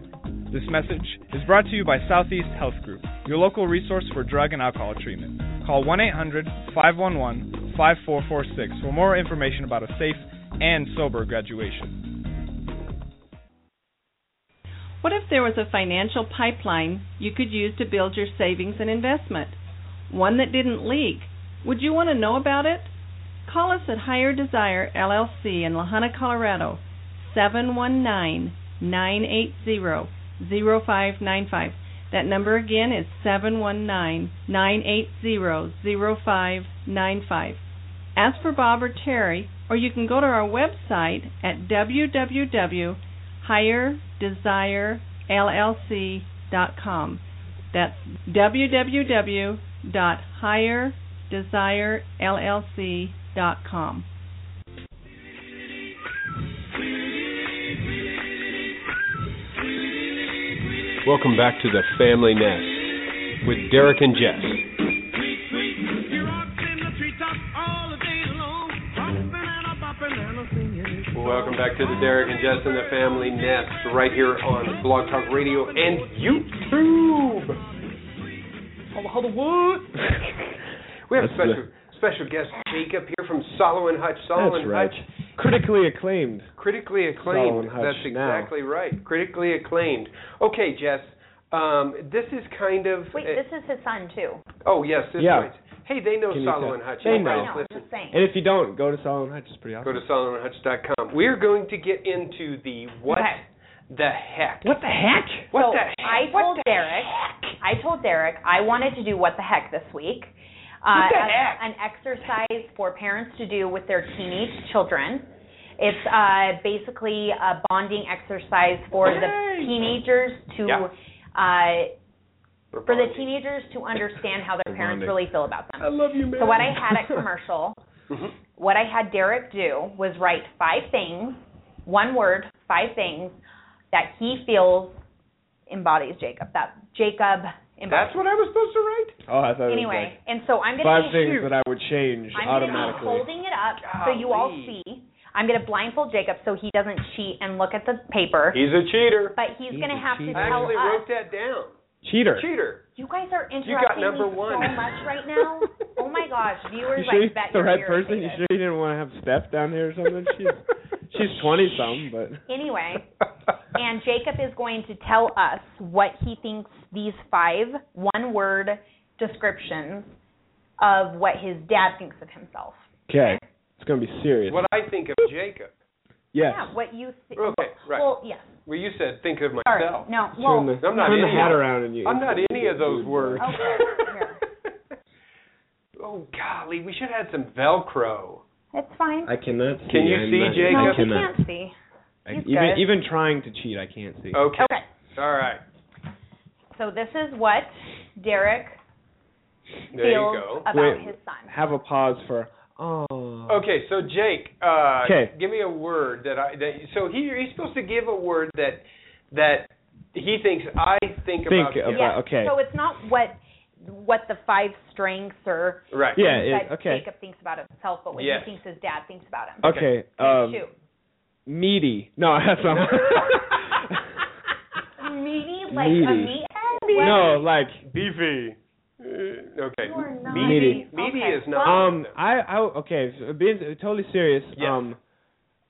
H: This message is brought to you by Southeast Health Group, your local resource for drug and alcohol treatment. Call 1 800 511 5446 for more information about a safe and sober graduation.
I: What if there was a financial pipeline you could use to build your savings and investment? One that didn't leak. Would you want to know about it? Call us at Higher Desire LLC in Lahana, Colorado, 719-980-0595. That number again is 719-980-0595. Ask for Bob or Terry, or you can go to our website at www.higherdesirellc.com. That's www.higherdesirellc.com.
D: Welcome back to the Family Nest with Derek and Jess.
C: Welcome back to the Derek and Jess and the Family Nest right here on Blog Talk Radio and YouTube. Hello, hello, what? we have a
G: That's
C: special special guest Jacob here from Solo and Hutch. Solo
G: That's
C: and
G: right.
C: Hutch
G: Critically acclaimed.
D: Critically acclaimed.
G: Solomon Hutch
D: That's
G: now.
D: exactly right. Critically acclaimed. Okay, Jess. Um, this is kind of.
F: Wait,
C: eh,
F: this is his son too.
D: oh yes, that's
G: Yeah.
D: right. Hey, they know
G: Can you
D: Solomon
G: tell-
D: Hutch.
G: They
D: Right,
F: No,
G: know.
F: I'm
D: listen.
F: just saying.
G: And if you don't, go to Solomon Hutch. It's pretty
D: Go to
G: awesome.
D: SolomonHutch.com. We're going to get into the what
F: Okay.
D: the heck.
G: What the heck?
D: What
F: so
D: the heck?
F: I
D: What
F: told
D: the
F: Derek. I told Derek I wanted to do what the heck this week. Uh,
D: What the
F: as
D: heck?
F: An exercise for parents to do with their teenage children. It's uh, basically a bonding exercise for the teenagers to
D: Yeah.
F: uh,
D: We're
F: for the
D: bonding.
F: teenagers to understand how their parents
G: Bonding.
F: really feel about them.
G: I love you, man.
F: So what I had at commercial,
D: Mhm.
F: what I had Derek do was write five things, one word, five things that he feels embodies Jacob. That Jacob embodies.
D: That's what I was supposed to write.
G: oh, I thought
F: anyway,
G: it
F: and so I'm
G: was like
F: gonna
G: five
F: be
G: things that I would change
F: I'm gonna be
G: automatically.
F: holding it up so you all
D: Golly.
F: see. I'm gonna blindfold Jacob so he doesn't cheat and look at the paper.
D: He's a cheater.
F: but he's,
G: He's
F: gonna
G: a
F: have
G: cheater.
F: to
D: I
F: tell
D: actually wrote
F: us.
D: that down.
G: Cheater.
D: Cheater.
F: You guys are interrupting
D: number
F: me
D: one.
F: so much right now. oh my gosh, viewers!
G: You sure
F: I
G: you
F: bet
G: the
F: you're
G: right person? You
F: irritated.
G: sure you didn't want to have Steph down here or something? She's she's twenty something, but
F: Anyway, and Jacob is going to tell us what he thinks these five one word descriptions of what his dad thinks of himself.
G: okay, it's gonna be serious.
D: What I think of Jacob.
G: yes.
F: Yeah, what you think.
D: Okay, right.
F: Well, yes.
D: Well, you said think of
F: Sorry.
D: myself.
F: No,
G: Turn
F: well,
G: the,
D: I'm not
G: turn the
D: any
G: hat
D: of-
G: around and you.
D: I'm not any of those words.
F: Okay, here.
D: oh golly, we should have had some Velcro.
F: it's fine.
G: I cannot see.
D: Can you
G: I'm
D: see,
G: not-
D: Jacob?
G: I
F: no, you
G: cannot.
F: can't see.
G: I-
F: He's
G: even
F: good.
G: even trying to cheat, I can't see.
D: Okay.
F: Okay.
D: All right.
F: So this is what Derek
D: There
F: feels
D: you go.
F: about
G: Wait. Uh,
F: his son.
G: Have a pause for oh.
D: Okay, so Jake, uh,
G: 'Kay.
D: give me a word that I that so he he's supposed to give a word that that he thinks I think,
G: Think
D: about. him.
G: about- Yeah. okay.
F: So it's not what what the five strengths or
D: Right.
G: Yeah. It,
F: that
G: okay.
F: Jacob thinks about himself, but what
D: Yes.
F: he thinks his dad thinks about him.
G: Okay. Um,
F: Two.
G: meaty. No, that's not.
F: meaty, like a
G: Meaty.
F: meathead?
G: no, like
D: Beefy. Uh, okay.
F: You are not.
G: Meaty.
D: Meaty
F: Okay.
D: is not.
G: um, I, I okay. so Being totally serious.
D: Yes.
G: Um,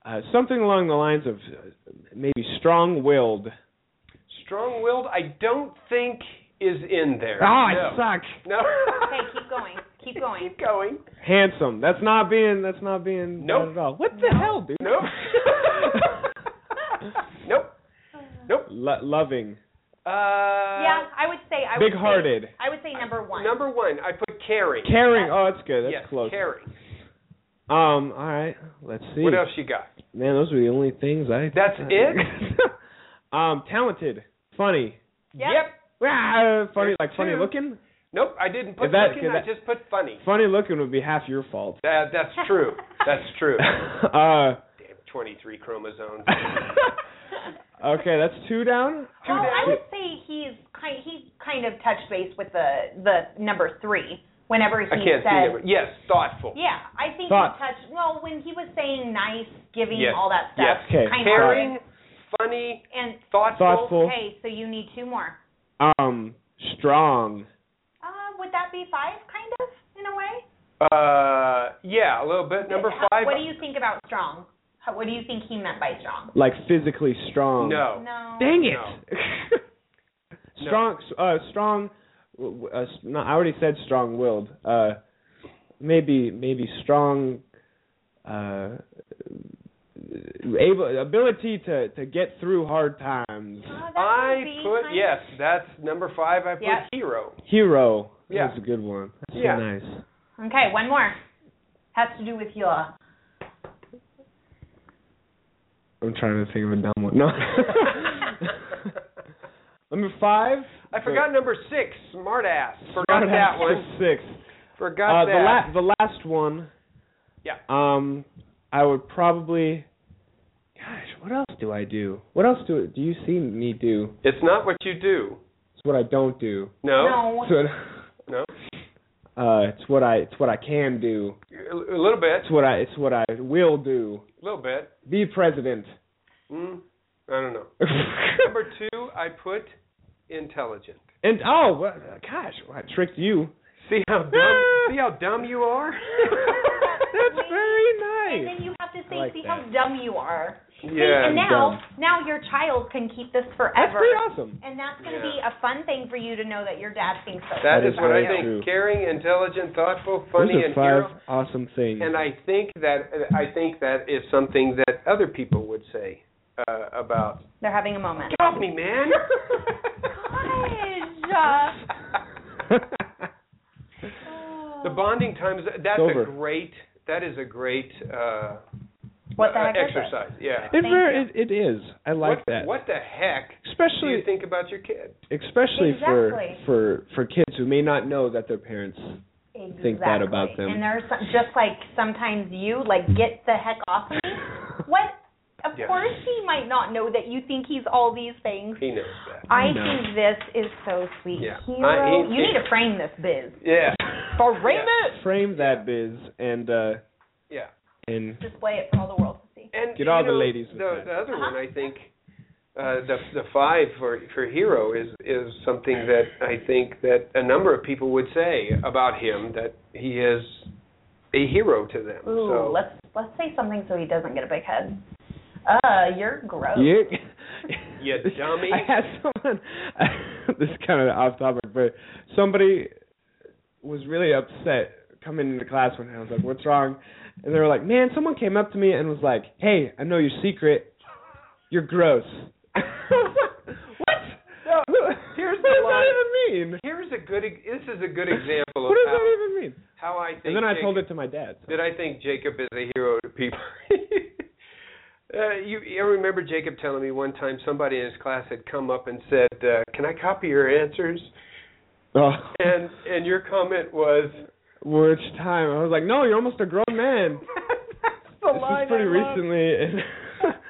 G: uh, something along the lines of uh, maybe strong-willed.
D: Strong-willed. I don't think is in there.
G: Ah,
D: no.
G: I suck.
D: No.
F: Okay, keep going. Keep going.
D: Keep going.
G: Handsome. That's not being. That's not being.
D: Nope.
G: bad at all. What the
F: No.
G: hell, dude?
D: Nope. nope.
G: Lo- loving.
D: Uh,
F: yeah, I would say I would say-
G: Big-hearted.
F: I would say number one.
D: Number one, I put caring.
G: Caring. Oh, that's good. That's
D: yes,
G: close.
D: caring.
G: Um. All right. Let's see.
D: What else you got?
G: Man, those were the only things I.
D: That's it?
G: um. Talented. Funny.
F: Yep.
G: Ah, funny.
D: There's
G: Like funny
D: two.
G: looking.
D: Nope, I didn't put
G: If that-
D: looking.
G: if that-
D: I just put funny.
G: Funny looking would be half your fault.
D: That, that's true. That's true.
G: uh.
D: Damn, 23 chromosomes.
G: okay, that's two down.
F: Well, I would say he's kind. He kind of touched base with the the number three whenever he
D: I can't see
F: said.
D: number. Yes, thoughtful.
F: Yeah, I think
G: Thought.
F: he touched. Well, when he was saying nice, giving,
D: Yes.
F: all that
D: Yes.
F: stuff.
G: Okay.
F: Kind
D: Caring,
F: of.
D: funny,
F: And
D: thoughtful.
G: Thoughtful.
F: okay, so you need two more.
G: Um. Strong.
F: Uh, would that be five, kind of, in a way?
D: Uh, yeah, a little bit. Number
F: How-
D: five.
F: What do you think about strong? How- What do you think he meant by strong?
G: Like physically strong.
D: no.
F: No.
G: Dang
D: No.
G: it. strong. Uh. Strong. w- w- Uh, s- no, I already said strong-willed. Uh. Maybe. Maybe strong. Uh. Able ability to to get through hard times.
F: Oh, that
D: I
F: would be
D: put
F: kind
D: yes.
F: of-
D: That's number five. I put
F: Yep.
D: hero.
G: Hero.
D: Yeah.
G: That's a good one. That's
D: Yeah.
G: nice.
F: Okay, one more. Has to do with your.
G: I'm trying to think of a dumb one. No. Number five.
D: I forgot number six. Smart ass. Forgot
G: Start
D: that
G: at
D: one.
G: Six.
D: Forgot
G: Uh, the
D: that.
G: la- the last one.
D: Yeah.
G: Um, I would probably. Gosh, what else do I do? What else do do you see me do?
D: it's not what you do.
G: It's what I don't do.
D: No.
F: No.
G: So,
D: No.
G: Uh, it's what I it's what I can do.
D: A little bit.
G: It's what I it's what I will do.
D: A little bit.
G: Be president.
D: Mm, I don't know. Number two, I put intelligent.
G: and oh, what- gosh, I tricked you.
D: See how dumb, see how dumb you are?
G: That's very
F: And
G: nice.
F: then you have to say
E: see,
G: like
E: see
G: that.
E: how dumb you are. See,
G: Yeah,
E: and now,
G: dumb.
E: now your child can keep this forever.
G: pretty awesome.
E: And that's going to
D: Yeah.
E: be a fun thing for you to know that your dad thinks so.
D: that is, what I
G: very
D: think.
G: true.
D: Caring, intelligent, thoughtful,
G: Those
D: funny,
G: are
D: and
G: five
D: hero.
G: awesome things.
D: And I think that I think that is something that other people would say uh, about.
E: They're having a moment.
D: Get off me, man!
E: Gosh.
D: the bonding times. That's
G: Sober.
D: a great. That is a great. Uh,
E: What the
D: uh,
E: heck is it?
D: exercise? Yeah.
G: it,
E: Thank
G: ver-
E: you.
G: it it is. I like
D: what,
G: that.
D: What the heck do
G: Especially
D: you think about your kid?
G: especially for
E: Exactly.
G: for for kids who may not know that their parents
E: Exactly.
G: think that about them.
E: And there's some, just like sometimes you like get the heck off of me. What? Of
D: Yeah.
E: course he might not know that you think he's all these things.
D: He knows that.
E: I
G: No.
E: think this is so sweet.
D: Yeah. I-
E: Hero,
D: he-
E: you need to frame this biz.
D: Yeah.
E: Frame
D: Yeah.
E: it.
G: frame that biz and uh
D: Yeah.
G: and
E: Display it for all the world to see.
D: And
G: Get
D: you
G: all the
D: know,
G: ladies
D: The,
G: with that.
D: the other
G: Uh-huh.
D: one, I think, uh, the the five for for hero is is something that I think that a number of people would say about him that he is a hero to them.
E: Ooh,
D: so
E: let's let's say something so he doesn't get a big head. Uh, you're gross.
G: you,
D: You dummy.
G: I had someone. this is kind of off topic, but somebody was really upset coming into class one day. I was like, "What's wrong?" And they were like, "Man, someone came up to me and was like, "Hey, I know your secret. You're gross." what?
D: No,
G: What-
D: here's
G: what
D: the
G: does
D: line.
G: that even mean?
D: Here's a good. ex- This is a good example of
G: What does
D: how,
G: that even mean?
D: how I think.
G: And then I
D: Jacob-
G: told it to my dad. so-
D: that I think Jacob is a hero to people. uh, you, I remember Jacob telling me one time somebody in his class had come up and said, uh, "Can I copy your answers?"
G: Oh.
D: And and your comment was,
G: Which time? I was like, "No, you're almost a grown man."
D: "That's the
G: this
D: line."
G: was pretty
D: I love.
G: recently. And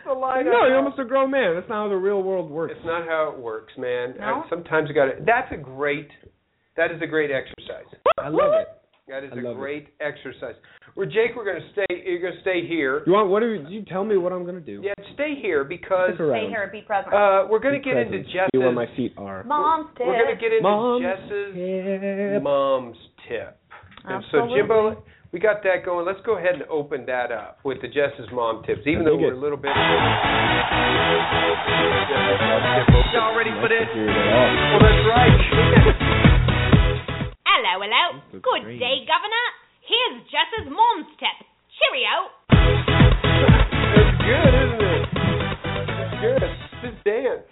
D: the line I
G: no, you're
D: love.
G: almost a grown man. That's not how the real world works.
D: It's not how it works, man.
E: No?
D: I- sometimes you got to. That's a great. That is a great exercise.
G: I love it.
D: That is
G: I
D: a
G: love it.
D: great exercise. Well, Jake, we're gonna stay. You're gonna stay here.
G: You want? What do you, you tell me? What I'm gonna do?
D: Yeah, stay here because
G: Stick around.
E: Stay here, be present.
D: uh, we're gonna
G: Be
D: get into
G: present. See where
D: Jess's
G: my feet are.
E: Mom's tip.
D: We're going to get into
G: Mom's
D: Jess's
G: Yep.
D: mom's tip. And so,
E: Absolutely.
D: Jimbo, we got that going. Let's go ahead and open that up with the Jess's mom tips, even
G: I
D: though
G: dig
D: we're
G: it.
D: a little bit. Y'all ready for this? Well, that's right.
J: Hello, hello. Good day, Governor. Here's Jess's mom's tip. Cheerio.
D: it's good, isn't it? It's good. Just dance.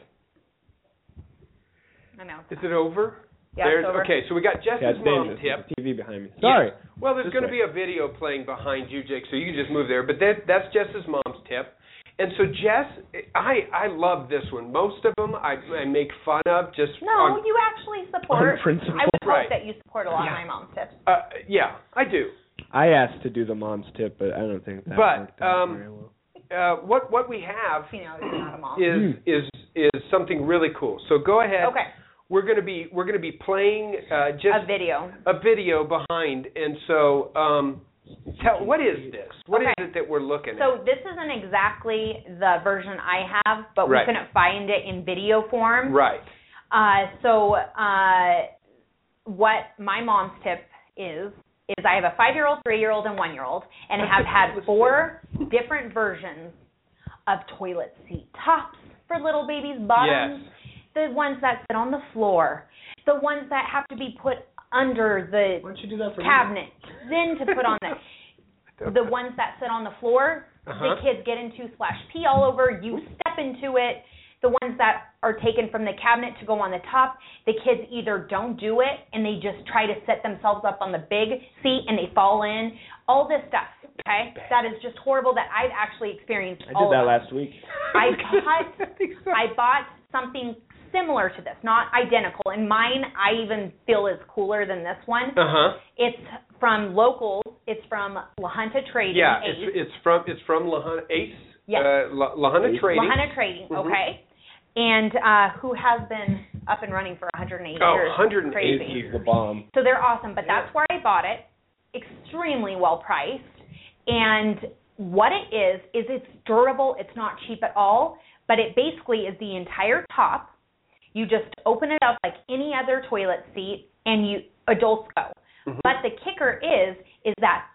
E: I know.
D: Is it over?
E: Yeah,
D: There's-
E: it's over.
D: Okay, so we got
G: Yeah,
D: Jess's
G: it's
D: mom
G: dangerous.
D: tip.
G: There's a TV behind me. Sorry.
D: Well, there's
G: This
D: going to
G: way.
D: be a video playing behind you, Jake, so you can just move there. But that that's Jess's mom's tip. And so Jess, I I love this one. Most of them I I make fun of just
E: No,
D: on-
E: you actually support.
G: on principle.
E: I would
D: Right.
E: hope that you support a lot
D: Yeah.
E: of my mom's tips.
D: uh, yeah, I do.
G: I asked to do the mom's tip, but I don't think that
D: But,
G: worked out
D: um,
G: very well.
D: Uh, what what we have
E: You know, you're not a mom.
D: is
G: Hmm.
D: is is something really cool. So go ahead.
E: okay,
D: We're going to be we're going to be playing uh,
E: a
D: just
E: video.
D: a video behind. And so um tell what is this? What is
E: Okay.
D: it that we're looking at?
E: So this isn't exactly the version I have, but
D: Right.
E: we couldn't find it in video form.
D: Right.
E: Uh, so uh, what my mom's tip is is I have a five-year-old, three-year-old, and one-year-old, and have had four different versions of toilet seat tops for little babies' bottoms.
D: Yes.
E: the ones that sit on the floor, the ones that have to be put under the
G: Why don't you do that for
E: cabinet, then to put on the the ones that sit on the floor.
D: Uh-huh.
E: The kids get into splash pee all over. You step into it. The ones that are taken from the cabinet to go on the top, the kids either don't do it and they just try to set themselves up on the big seat and they fall in. All this stuff, okay? That is just horrible that I've actually experienced.
G: I
E: all
G: did
E: of
G: that
E: it.
G: last week.
E: I cut. I bought something similar to this, not identical. And mine, I even feel is cooler than this one.
G: Uh-huh.
D: Uh huh.
E: It's from locals. It's from La Junta Trading.
D: Yeah,
E: Ace.
D: it's it's from it's from Lahana Ace.
E: Yes.
D: Uh, La, Lahana Trading.
E: La Junta Trading.
D: Mhm.
E: Okay. And uh, who has been up and running for 180
D: Oh,
E: years?
D: 180
E: Crazy.
G: This is the bomb.
E: So they're awesome, but that's where I bought it. Extremely well priced. And what it is, is it's durable, it's not cheap at all, but it basically is the entire top. You just open it up like any other
D: Mm-hmm.
E: toilet seat and you adults go. But the kicker is is that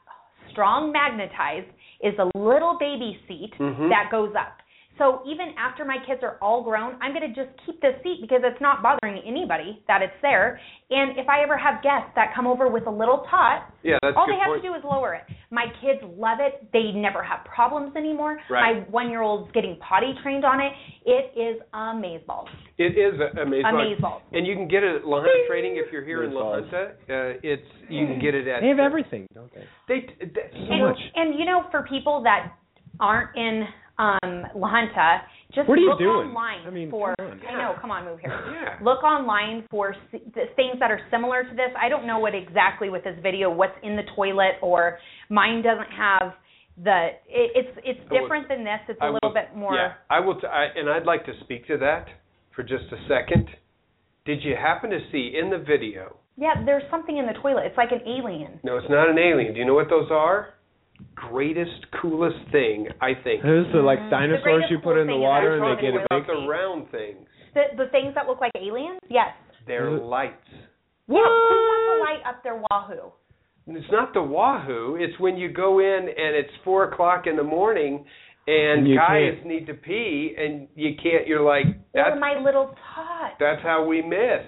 E: strong magnetized is a little baby seat
F: Mhm.
E: that goes up. So even after my kids are all grown, I'm going to just keep this seat because it's not bothering anybody that it's there. And if I ever have guests that come over with a little tot,
D: Yeah, that's a
E: all
D: good
E: they have
D: point.
E: to do is lower it. My kids love it. They never have problems anymore.
D: Right.
E: My one-year-old's getting potty trained on it. It is amazeballs.
D: It is a- amazing.
E: Amazeballs.
D: And you can get it at Lahana Trading if you're here in La Junta. Uh, it's you can get it at.
G: They have everything, don't they?
D: They, they so
E: and,
D: much.
E: and you know, for people that aren't in um, La Junta, just
G: What are you
E: look
G: doing?
E: online for. I know, come on, move here.
G: Yeah.
E: Look online for s- th- things that are similar to this. I don't know what exactly with this video, what's in the toilet, or mine doesn't have the. It, it's it's
D: I will-
E: different than this. It's
D: I
E: a little
D: will-
E: bit more.
D: Yeah, I will. T- I, and I'd like to speak to that for just a second. Did you happen to see in the video?
E: Yeah, there's something in the toilet. It's like an alien.
D: No, it's not an alien. Do you know what those are? Greatest, coolest thing I think.
G: Those are like dinosaurs
E: greatest
G: you put in the
E: thing
D: I'm
G: water and they
D: talking
G: get it
D: about
G: big.
D: the round things.
E: The the things that look like aliens. Yes.
D: They're lights.
E: What? Yeah, who wants a light up their wahoo?
D: And It's not the wahoo. It's when you go in and it's four o'clock in the morning, and
G: And you
D: guys
G: can't.
D: need to pee, and you can't. You're like,
E: or
D: that's
E: my little tot.
D: that's how we miss.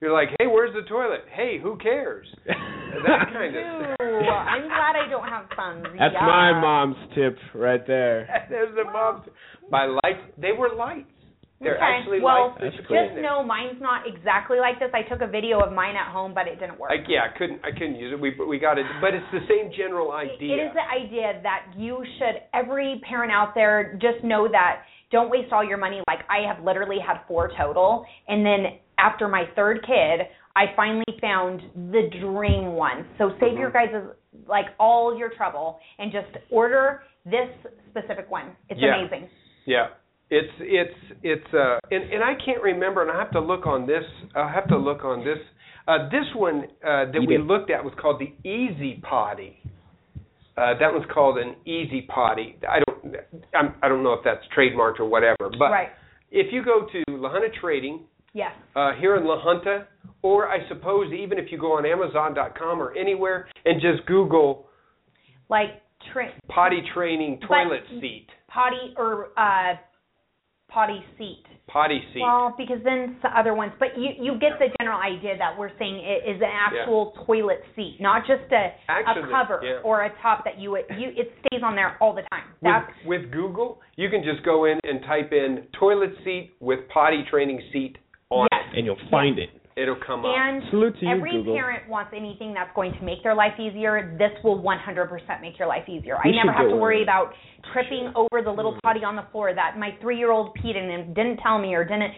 D: You're like, hey, where's the toilet? Hey, who cares? that kind of.
E: Ew, I'm glad I don't have sons.
G: That's
E: Yuck.
G: my mom's tip right there.
D: There's the mom. By lights, they were lights. They're
E: Okay,
D: actually
E: well,
D: lights. that you
G: That's
D: put in
E: Just
D: there.
E: know mine's not exactly like this. I took a video of mine at home, but it didn't work.
D: Like, yeah, I couldn't. I couldn't use it. We we got it, but it's the same general idea.
E: It is the idea that you should, every parent out there, just know that don't waste all your money. Like I have literally had four total, and then after my third kid, I finally found the dream one. So save your
D: Mm-hmm.
E: guys' like all your trouble and just order this specific one. It's
D: Yeah.
E: amazing.
D: Yeah. It's it's it's uh and, and I can't remember and I have to look on this I'll have to look on this. Uh this one uh that
G: Eat
D: we
G: it.
D: looked at was called the Easy Potty. Uh that one's called an Easy Potty. I don't I'm I don't know if that's trademarked or whatever, but
E: right.
D: if you go to La Junta Trading
E: Yes.
D: uh, here in La Junta, or I suppose even if you go on Amazon.com or anywhere and just Google
E: Like tra-
D: potty training
E: But-
D: toilet seat,
E: potty or uh potty seat.
D: potty seat.
E: Well, because then s other ones, but you you get the general idea that we're saying it is an actual toilet seat, not just a
D: Actually,
E: a cover
D: yeah.
E: or a top that you would- you it stays on there all the time.
D: With,
E: That's
D: with Google, you can just go in and type in toilet seat with potty training seat on it.
G: And you'll find it.
D: It'll come up.
E: and
G: Salute to you,
E: every
G: Google.
E: parent wants anything that's going to make their life easier. This will 100% make your life easier.
G: You
E: I never
G: should
E: have
G: go
E: to worry
G: in.
E: about tripping over the
D: Mm.
E: little potty on the floor that my three-year-old peed in and didn't tell me or didn't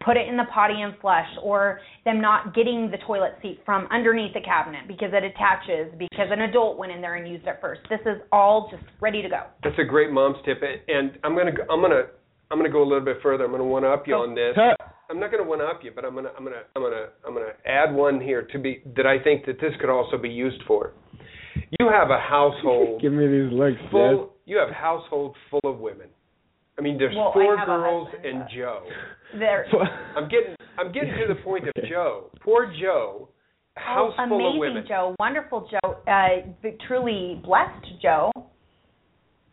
E: put it in the potty and flush, or them not getting the toilet seat from underneath the cabinet because it attaches because an adult went in there and used it first. This is all just ready to go.
D: That's a great mom's tip. And- And I'm gonna go- I'm gonna I'm gonna go a little bit further. I'm gonna one up
E: Oh.
D: you on this. I'm not gonna one up you, but I'm gonna I'm gonna I'm gonna I'm gonna add one here to be that I think that this could also be used for. You have a household
G: Give me these links,
D: full.
G: Dad.
D: You have a household full of women. I mean, there's
E: Well, I
D: four
E: have a
D: girls
E: husband,
D: and Joe.
E: There.
D: I'm getting I'm getting to the point of Joe. Poor Joe, house
E: Oh,
D: full
E: amazing,
D: of women.
E: Joe. Wonderful, Joe. Uh, b- truly blessed, Joe.
G: Are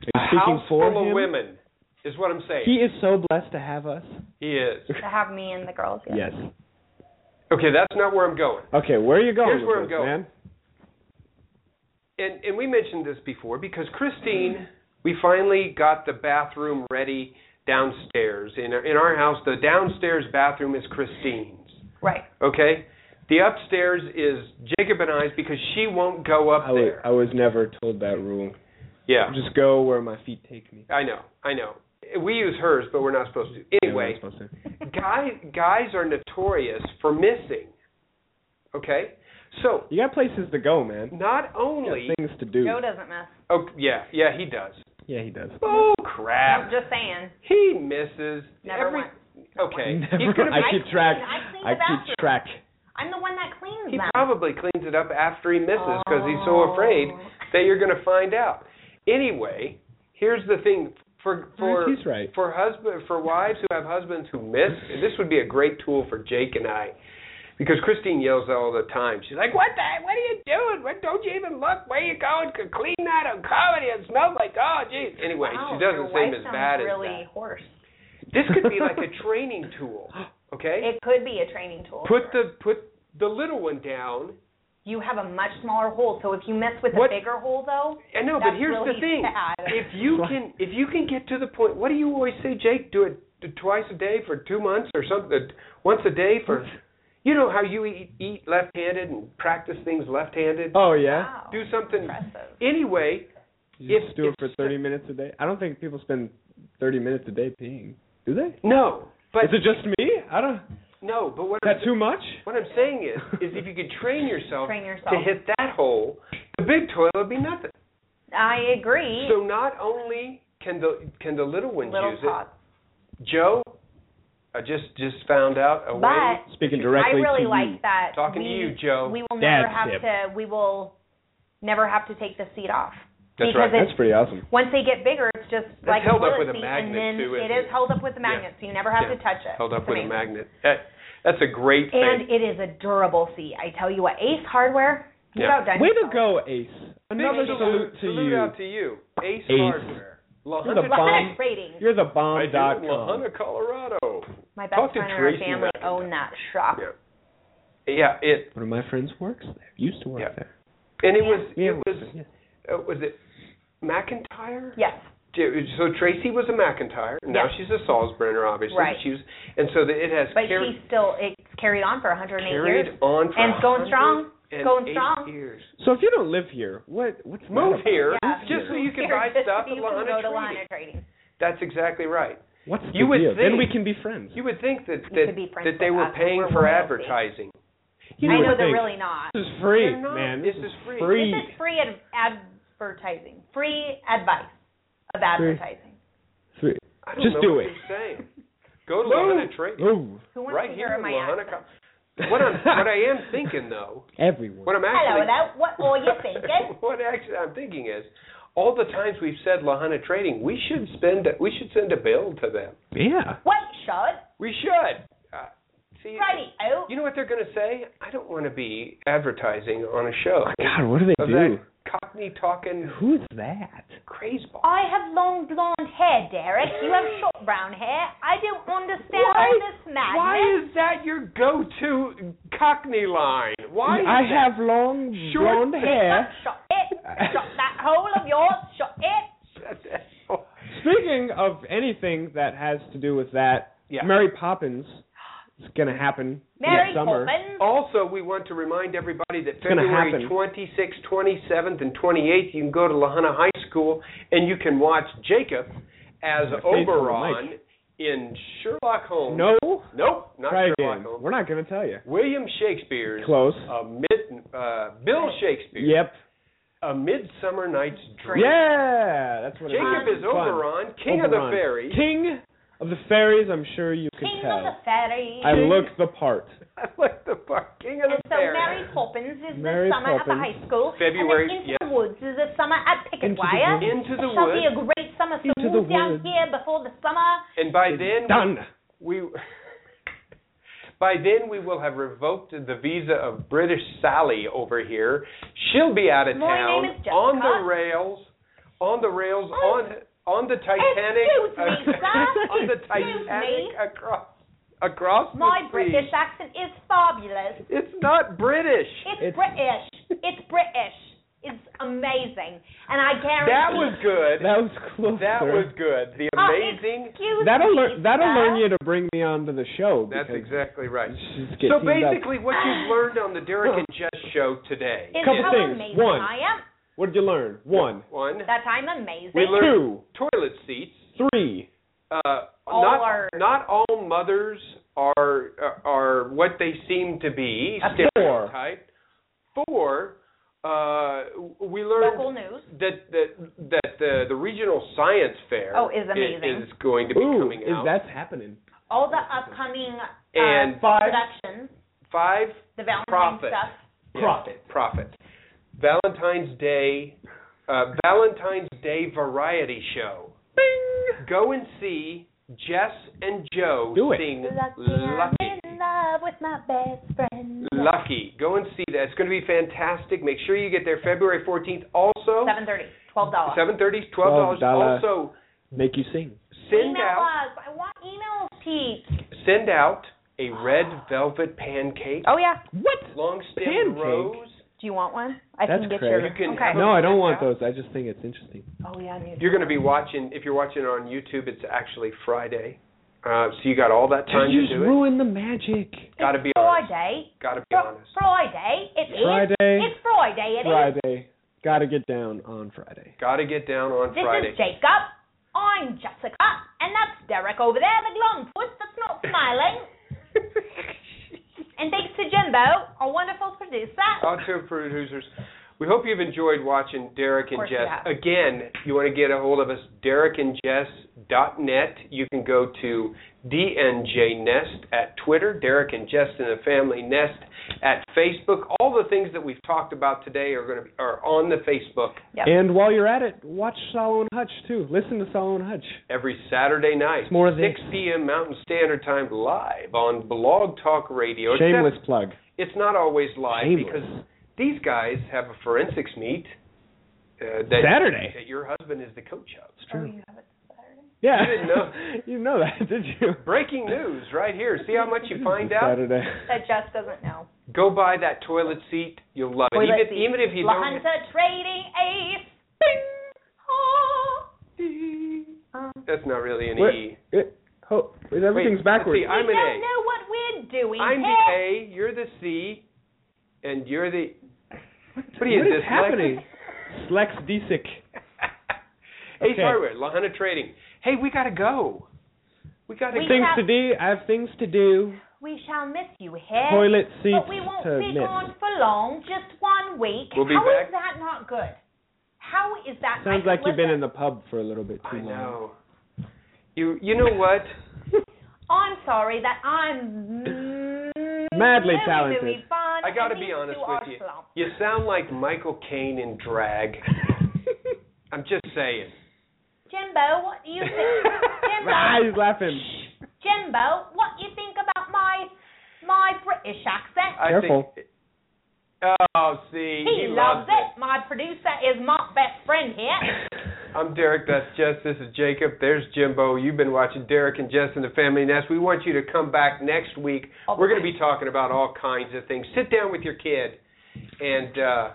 G: you speaking
D: house
G: for
D: full
G: him?
D: of women is what I'm saying.
G: He is so blessed to have us.
D: He is.
E: To have me and the girls. yeah.
G: Yes.
D: Okay, that's not where I'm going.
G: Okay, where are you going
D: Here's
G: with
D: where I'm
G: this,
D: going.
G: man?
D: And and we mentioned this before because Christine, we finally got the bathroom ready downstairs in our, in our house. The downstairs bathroom is Christine's.
E: Right.
D: Okay. The upstairs is Jacob and I's because she won't go up
G: I was,
D: there.
G: I was never told that rule.
D: yeah.
G: Just go where my feet take me.
D: I know. I know. We use hers, but we're not supposed to.
G: Yeah, we're
D: Anyway,
G: not supposed to.
D: guy, guys are notorious for missing. Okay? So,
G: You got places to go, man.
D: not only.
G: You got things to do.
E: Joe doesn't miss.
D: Oh, yeah, yeah, he does.
G: Yeah, he does.
D: Oh,
E: I'm
D: crap.
E: just saying.
D: He misses
E: Never
D: every.
E: once.
D: Okay. He's
G: Never-
D: gonna,
G: I keep track.
E: I clean the
G: I keep
E: bathroom.
G: track.
E: I'm the one that cleans
D: he
E: them.
D: probably cleans it up after he misses because he's
F: Oh.
D: so afraid that you're going to find out. Anyway, here's the thing for for
G: He's right.
D: for husband for wives who have husbands who miss this would be a great tool for Jake and I because Christine yells all the time. She's like, "What the? What are you doing? What don't you even look? Where you going? Clean that oh, anyway,
E: Oh,
F: Wow,
D: she doesn't
F: your
D: seem
F: wife
D: as
F: sounds
D: bad
F: really
D: as
F: hoarse.
D: that. This could be like a training tool. Okay?
F: It could be a training tool.
D: Put the put the little one down.
F: you have a much smaller hole, so if you mess with
D: What-
F: a bigger hole, though,
D: I know,
F: that's
D: but here's
F: really
D: the thing.
F: sad.
D: If you can if you can get to the point what do you always say, Jake? Do it t- twice a day for two months or something uh, once a day for you know how you eat, eat left handed and practice things left handed?
G: Oh yeah.
D: Do something anyway.
G: You
D: If-
G: just do it
D: if-
G: for 30 minutes a day. I don't think people spend 30 minutes a day peeing. Do they?
D: No. But
G: Is it just me? I don't.
D: No, but what
G: Is that
D: I'm,
G: too much?
D: What I'm saying is, is if you could train yourself,
F: Train yourself.
D: to hit that hole, the big toilet would be nothing.
F: I agree.
D: So not only can the can the little ones
F: Little
D: use
F: tots.
D: it, Joe, I just just found out a way.
F: But
G: Speaking
F: I
G: directly
F: really
G: to
F: like
G: you.
F: that.
D: Talking
F: we,
D: to you, Joe.
F: We will
G: Dad's
F: never have
G: tip.
F: to. We will never have to take the seat off.
D: That's
F: because
D: right.
F: it-
G: That's pretty awesome.
F: Once they get bigger, it's just
D: That's
F: like
D: held up with
F: toilet
D: a
F: seat,
D: magnet,
F: and then
D: too,
F: it
D: isn't
F: is
D: it?
F: held up with a magnet, so you never have
D: Yeah.
F: to touch it.
D: held
F: It's
D: up with a magnet.
F: amazing.
D: That, that's a great thing.
F: And it is a durable seat. I tell you what, Ace Hardware, you
D: Yeah.
F: outdone
G: Way to
F: yourself.
G: go, Ace. Another
D: Big
G: salute to
D: salute
G: you.
D: out to you, Ace,
G: Ace.
D: Hardware, La
G: You're the
D: Honda-
G: bomb.
F: Rating.
G: You're the
D: I
G: bomb.
D: do,
G: Dot
D: La
G: com.
D: Honda, Colorado.
F: My
D: Talk
F: best
D: to
F: friend and her
D: Tracy
F: family
D: McIntyre.
F: own that shop.
D: Yeah. Yeah, it
G: One of my friends works there. Used to work
D: Yeah.
G: there.
D: and it was
G: Yeah,
D: it was
G: yeah.
D: uh, was it McIntyre?
F: Yes.
D: So Tracy was a McIntyre. Now
F: Yeah.
D: she's a Salisburner, obviously.
F: Right.
D: She was, and so the, it has
F: But
D: carried,
F: she still it's carried on for 108
D: carried
F: years.
D: on for
F: And it's going strong.
D: 108
F: Going strong.
D: years.
G: So if you don't live here, what what's that
D: Move
G: about?
D: here
F: Yeah.
D: just so you can
F: Here,
D: buy
F: just
D: stuff
F: so
D: at
F: you can go
D: Lahana
F: to
D: Trading.
F: Lana Trading.
D: That's exactly right.
G: What's the
D: You would
G: deal? Then
D: think-
G: we can be friends.
D: You would think that
F: You
D: that,
F: could be friends
D: that they were
F: with us.
D: paying
F: We're
D: for
F: royalty.
D: advertising.
G: You
F: I
G: would
F: know they're
G: think,
F: really not.
G: This is free,
D: They're not.
G: man.
D: This is free.
G: free.
F: This is free ad- advertising. Free advice of advertising.
G: Free.
D: I don't
G: Just
D: know
G: do
D: what
G: it.
D: You're saying. Go to Lahana Trading.
G: Ooh.
F: Who wants
D: Right
F: to
D: here
F: hear
D: in
F: my
D: Lahana.
F: accent?
D: Co- What I'm what I am thinking though,
G: Everyone.
D: what I'm
F: Hello,
D: actually
F: hello. What were you thinking?
D: what actually I'm thinking is, all the times we've said Lahana Trading, we should spend we should send a bill to them.
G: yeah.
F: Wait, should.
D: We should. Uh, see,
F: Righty, oh.
D: you know what they're going to say? I don't want to be advertising on a show
G: God, what do they
D: of
G: do?
D: that Cockney talking
G: Who's that?
D: crazeball.
F: I have long blonde hair, Derek. You have short brown hair. I don't understand
D: Why-
F: all this madness.
D: Why is that your go-to Cockney line? Why? Is
G: I
D: that?
G: have long
D: Short-
G: blonde hair.
F: Shut it. Shut that hole of yours. Shut it.
G: Speaking of anything that has to do with that,
D: Yeah.
G: Mary Poppins is going to happen
F: Mary
G: in the summer.
F: Poppins.
D: Also, we want to remind everybody that
G: gonna
D: February
G: happen.
D: 26th, 27th, and 28th, you can go to Lahana High School and you can watch Jacob as
G: My face on the
D: Oberon in Sherlock Holmes.
G: No.
D: Nope, not
G: Try
D: Sherlock
G: again.
D: Holmes.
G: We're not going to tell you.
D: William Shakespeare's
G: Close.
D: a mid, uh, Bill Shakespeare,
G: Yep.
D: A Midsummer Night's Dream.
G: Yeah, that's what
D: Jacob
G: it is.
D: is
G: Fun.
D: Oberon, king of the
G: Oberon.
D: fairies.
G: King of the fairies, I'm sure you could
F: King of
G: tell.
F: the fairies.
G: I look the part.
D: I like the fuck, king of
F: and
D: the
F: so
D: fairies.
F: Mary Poppins is the
G: Mary
F: summer at the
G: Poppins.
F: high school.
D: February,
F: And then into
D: yeah.
F: the woods is the summer at Picket
G: Into the
F: Wire.
G: woods.
D: Into the
F: it shall be
D: woods.
F: a great summer, so
G: Into
F: move
G: the
F: down
G: woods.
F: here before the summer.
D: And by then,
G: Done.
D: we by then we will have revoked the visa of British Sally over here. She'll be out of
F: My
D: town
F: name is Jessica.
D: on the rails, on the rails, on on the Titanic, uh,
F: excuse me, sir.
D: on the
F: Excuse
D: Titanic
F: me.
D: across across
F: My
D: the sea.
F: British accent is fabulous.
D: It's not British.
F: It's,
G: It's-
F: British. It's British. It's amazing. And I guarantee
D: That was good.
G: That was closer.
D: That was good. The
F: Oh,
D: amazing.
F: excuse
G: That'll
F: me,
G: learn. That'll
F: sir.
G: learn you to bring me onto the show.
D: That's
G: because
D: exactly right.
G: she's getting
D: So
G: teamed up.
D: basically, what you've learned on the Derek and Jess show today
F: Is
G: Couple
F: how
G: things.
F: amazing
G: One.
F: I am.
G: what did you learn? One,
D: one,
F: That I'm amazing.
D: We learned-
G: two,
D: toilet seats.
G: three.
D: uh,
F: All
D: not
F: are-
D: not all mothers are uh, are what they seem to be
G: A four.
D: stereotyped. Four, uh, we learned
F: Local news.
D: that that that the the regional science fair
F: Oh, is
D: i-
F: amazing.
D: is going to be
G: Ooh,
D: coming
G: is
D: out.
G: that's happening?
F: All the upcoming uh,
D: And five-
F: productions,
D: Five
F: the Valentine's
D: Profit.
F: stuff.
D: profit profit Valentine's Day uh, Valentine's Day variety show. Go and see Jess and Joe
G: Do it.
D: sing
E: Lucky,
D: Lucky.
E: I'm in love with my best friend.
D: Lucky. Go and see that. It's going to be fantastic. Make sure you get there February 14th. Also,
E: Seven thirty. Twelve dollars.
D: 7.30, $12.
G: $12.
D: Also,
G: Make you sing.
D: send
E: Email
D: out,
E: us. I want emails, Pete.
D: send out a red velvet pancake,
E: Oh yeah.
G: What?
D: long stem
G: Pancake?
D: rose.
E: Do you want one? I
G: That's
E: can get
G: crazy.
E: your.
D: You can
E: okay.
D: have
G: No, Oh, I don't want those. I just think it's interesting.
E: Oh yeah. I need
D: You're going to be watching, if you're watching it on YouTube, it's actually Friday. Uh, so you got all that time
G: you
D: to
G: just
D: do it.
G: ruin the magic.
D: Got to be honest.
E: Friday.
D: Got to be
E: Fr-
D: honest.
E: Friday. It is.
G: Friday.
E: It's Friday. It is.
G: Friday. Got to get down on Friday.
D: Got to get down on
E: This
D: Friday.
E: is Jacob. I'm Jessica, and that's Derek over there, the glompuss that's not smiling. and thanks to Jimbo, our wonderful producer.
D: out to producers. We hope you've enjoyed watching Derek
E: Of
D: and
E: course
D: Jess.
E: we have.
D: Again, you want to get a hold of us, derekandjess.net. You can go to dnjnest at Twitter, Derek and Jess and the Family Nest at Facebook. All the things that we've talked about today are going to be, are on the Facebook
E: Yep.
G: And while you're at it, watch Solo and Hutch too. Listen to Solo and Hutch.
D: every Saturday night,
G: It's more of
D: 6
G: this.
D: p.m. Mountain Standard Time, live on Blog Talk Radio. Except
G: Shameless plug.
D: it's not always live
G: Shameless.
D: because these guys have a forensics meet uh, that
G: Saturday.
D: that your husband is the coach of.
G: It's true. Yeah.
D: You didn't know.
G: you didn't know that, did you?
D: Breaking news right here. See how much you find out.
G: Saturday.
E: That Jess doesn't know.
D: Go buy that toilet seat. You'll love it.
E: Toilet
D: even,
E: seat.
D: even if you
E: La
D: don't.
E: Hunter trading ace. Bing. Oh. Um,
D: That's not really an
G: What?
D: E.
G: It, oh, everything's
D: Wait,
G: backwards.
D: See, I'm
E: we
D: an
E: don't
D: A.
E: know what we're doing.
D: I'm
E: here.
D: the A. You're the C. And you're the. What are you
G: what is
D: dyslexic?
G: happening? Slex Disick.
D: Ace
G: Okay.
D: Hardware, La Hunter Trading. Hey, we gotta go. We gotta
E: We
D: go.
G: Things
E: have-
G: to do. I have things to do.
E: We shall miss you here.
G: Toilet seats
E: But we won't
G: to
E: be
G: miss.
E: gone for long, just one week.
D: We'll be
E: How
D: back.
E: is that not good? How is that
G: Sounds
E: I
G: like you've been in
E: listen,
G: the pub for a little bit
D: I
G: too long.
D: know. You you know what?
E: I'm sorry that I'm
G: Madly
E: really,
G: talented.
E: Really fun
D: I gotta
E: and
D: be
E: these
D: honest
E: two
D: with
E: are
D: you.
E: slump.
D: You sound like Michael Caine in drag. I'm just saying.
E: Jimbo, what do you think? Jimbo,
G: ah, he's laughing.
E: Jimbo, what do you think about my my British accent?
D: I
G: Careful.
D: Think, oh, see,
E: he loves it. My producer is my best friend here.
D: I'm Derek. That's Jess. This is Jacob. There's Jimbo. You've been watching Derek and Jess and the Family Nest. We want you to come back next week.
E: All
D: We're
E: the
D: going to be talking about all kinds of things. Sit down with your kid and uh,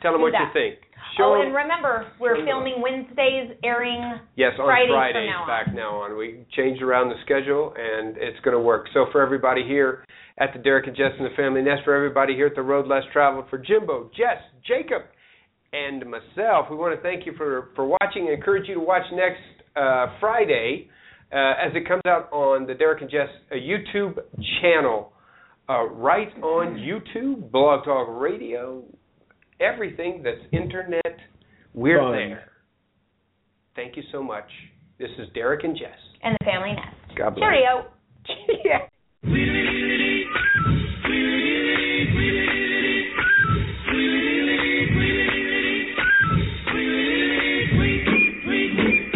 D: tell them
E: Do
D: what
E: that.
D: you think.
E: Oh,
D: Show 'em-
E: and remember, we're
D: Sure.
E: filming Wednesdays, airing
D: Yes, on
E: Fridays from
D: Fridays
E: now on.
D: back now on. We changed around the schedule and it's going to work. So for everybody here at the Derek and Jess and the Family Nest, for everybody here at the Road Less Traveled, for Jimbo, Jess, Jacob, and myself, we want to thank you for for watching. and Encourage you to watch next uh, Friday uh, as it comes out on the Derek and Jess uh, YouTube channel. Uh, right on YouTube, Blog Talk Radio, everything that's internet, we're
G: Fun.
D: there. Thank you so much. This is Derek and Jess.
E: and the Family Nest.
D: God bless.
E: Cheerio.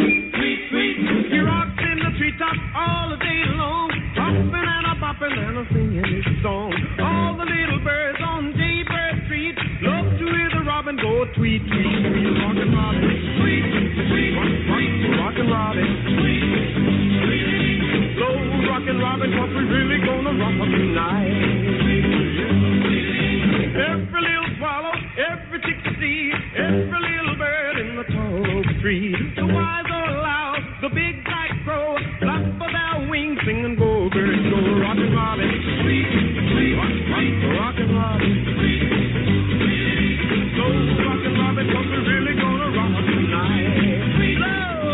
C: He rocks in the treetop all the day long, hopping and a bopping and a singing his song. All the little birds on Daybird Street love to hear the robin go tweet, tweet, tweet. Rockin' Robin, tweet, tweet, tweet. Rockin' Robin, tweet, tweet. Low rockin' Robin, what we really gonna rock 'em tonight? Every little swallow, every chickadee, every little bird in the tall oak tree. The wise old owl, the big black crow, flap of their wings, singing go birds go. Rockin' Robin, sweet, sweet, rockin' Robin, sweet, sweet. So rockin' Robin, 'cause we really gonna rock 'em tonight. Lord.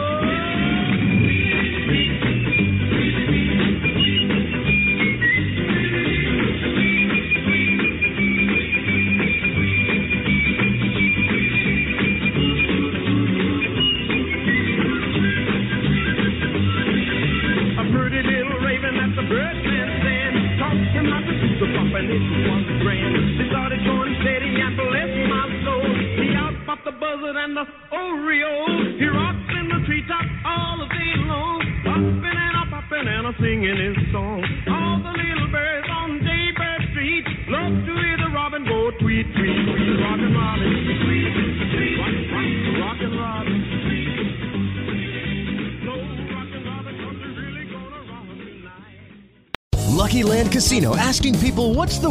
C: A pretty little raven that the birdman sent talked him out to the pump and it was grand. They started going steady and bless my soul. He out popped the buzzard and the Oreo. He rocks in the treetop all the day long. hopping and a popping and a singing his song. All the little birds on Daybird Street love to hear the robin go tweet, tweet, tweet. Rockin' Robin, tweet, tweet, rock, rock, rockin' Robin.
K: Lucky Land Casino asking people what's the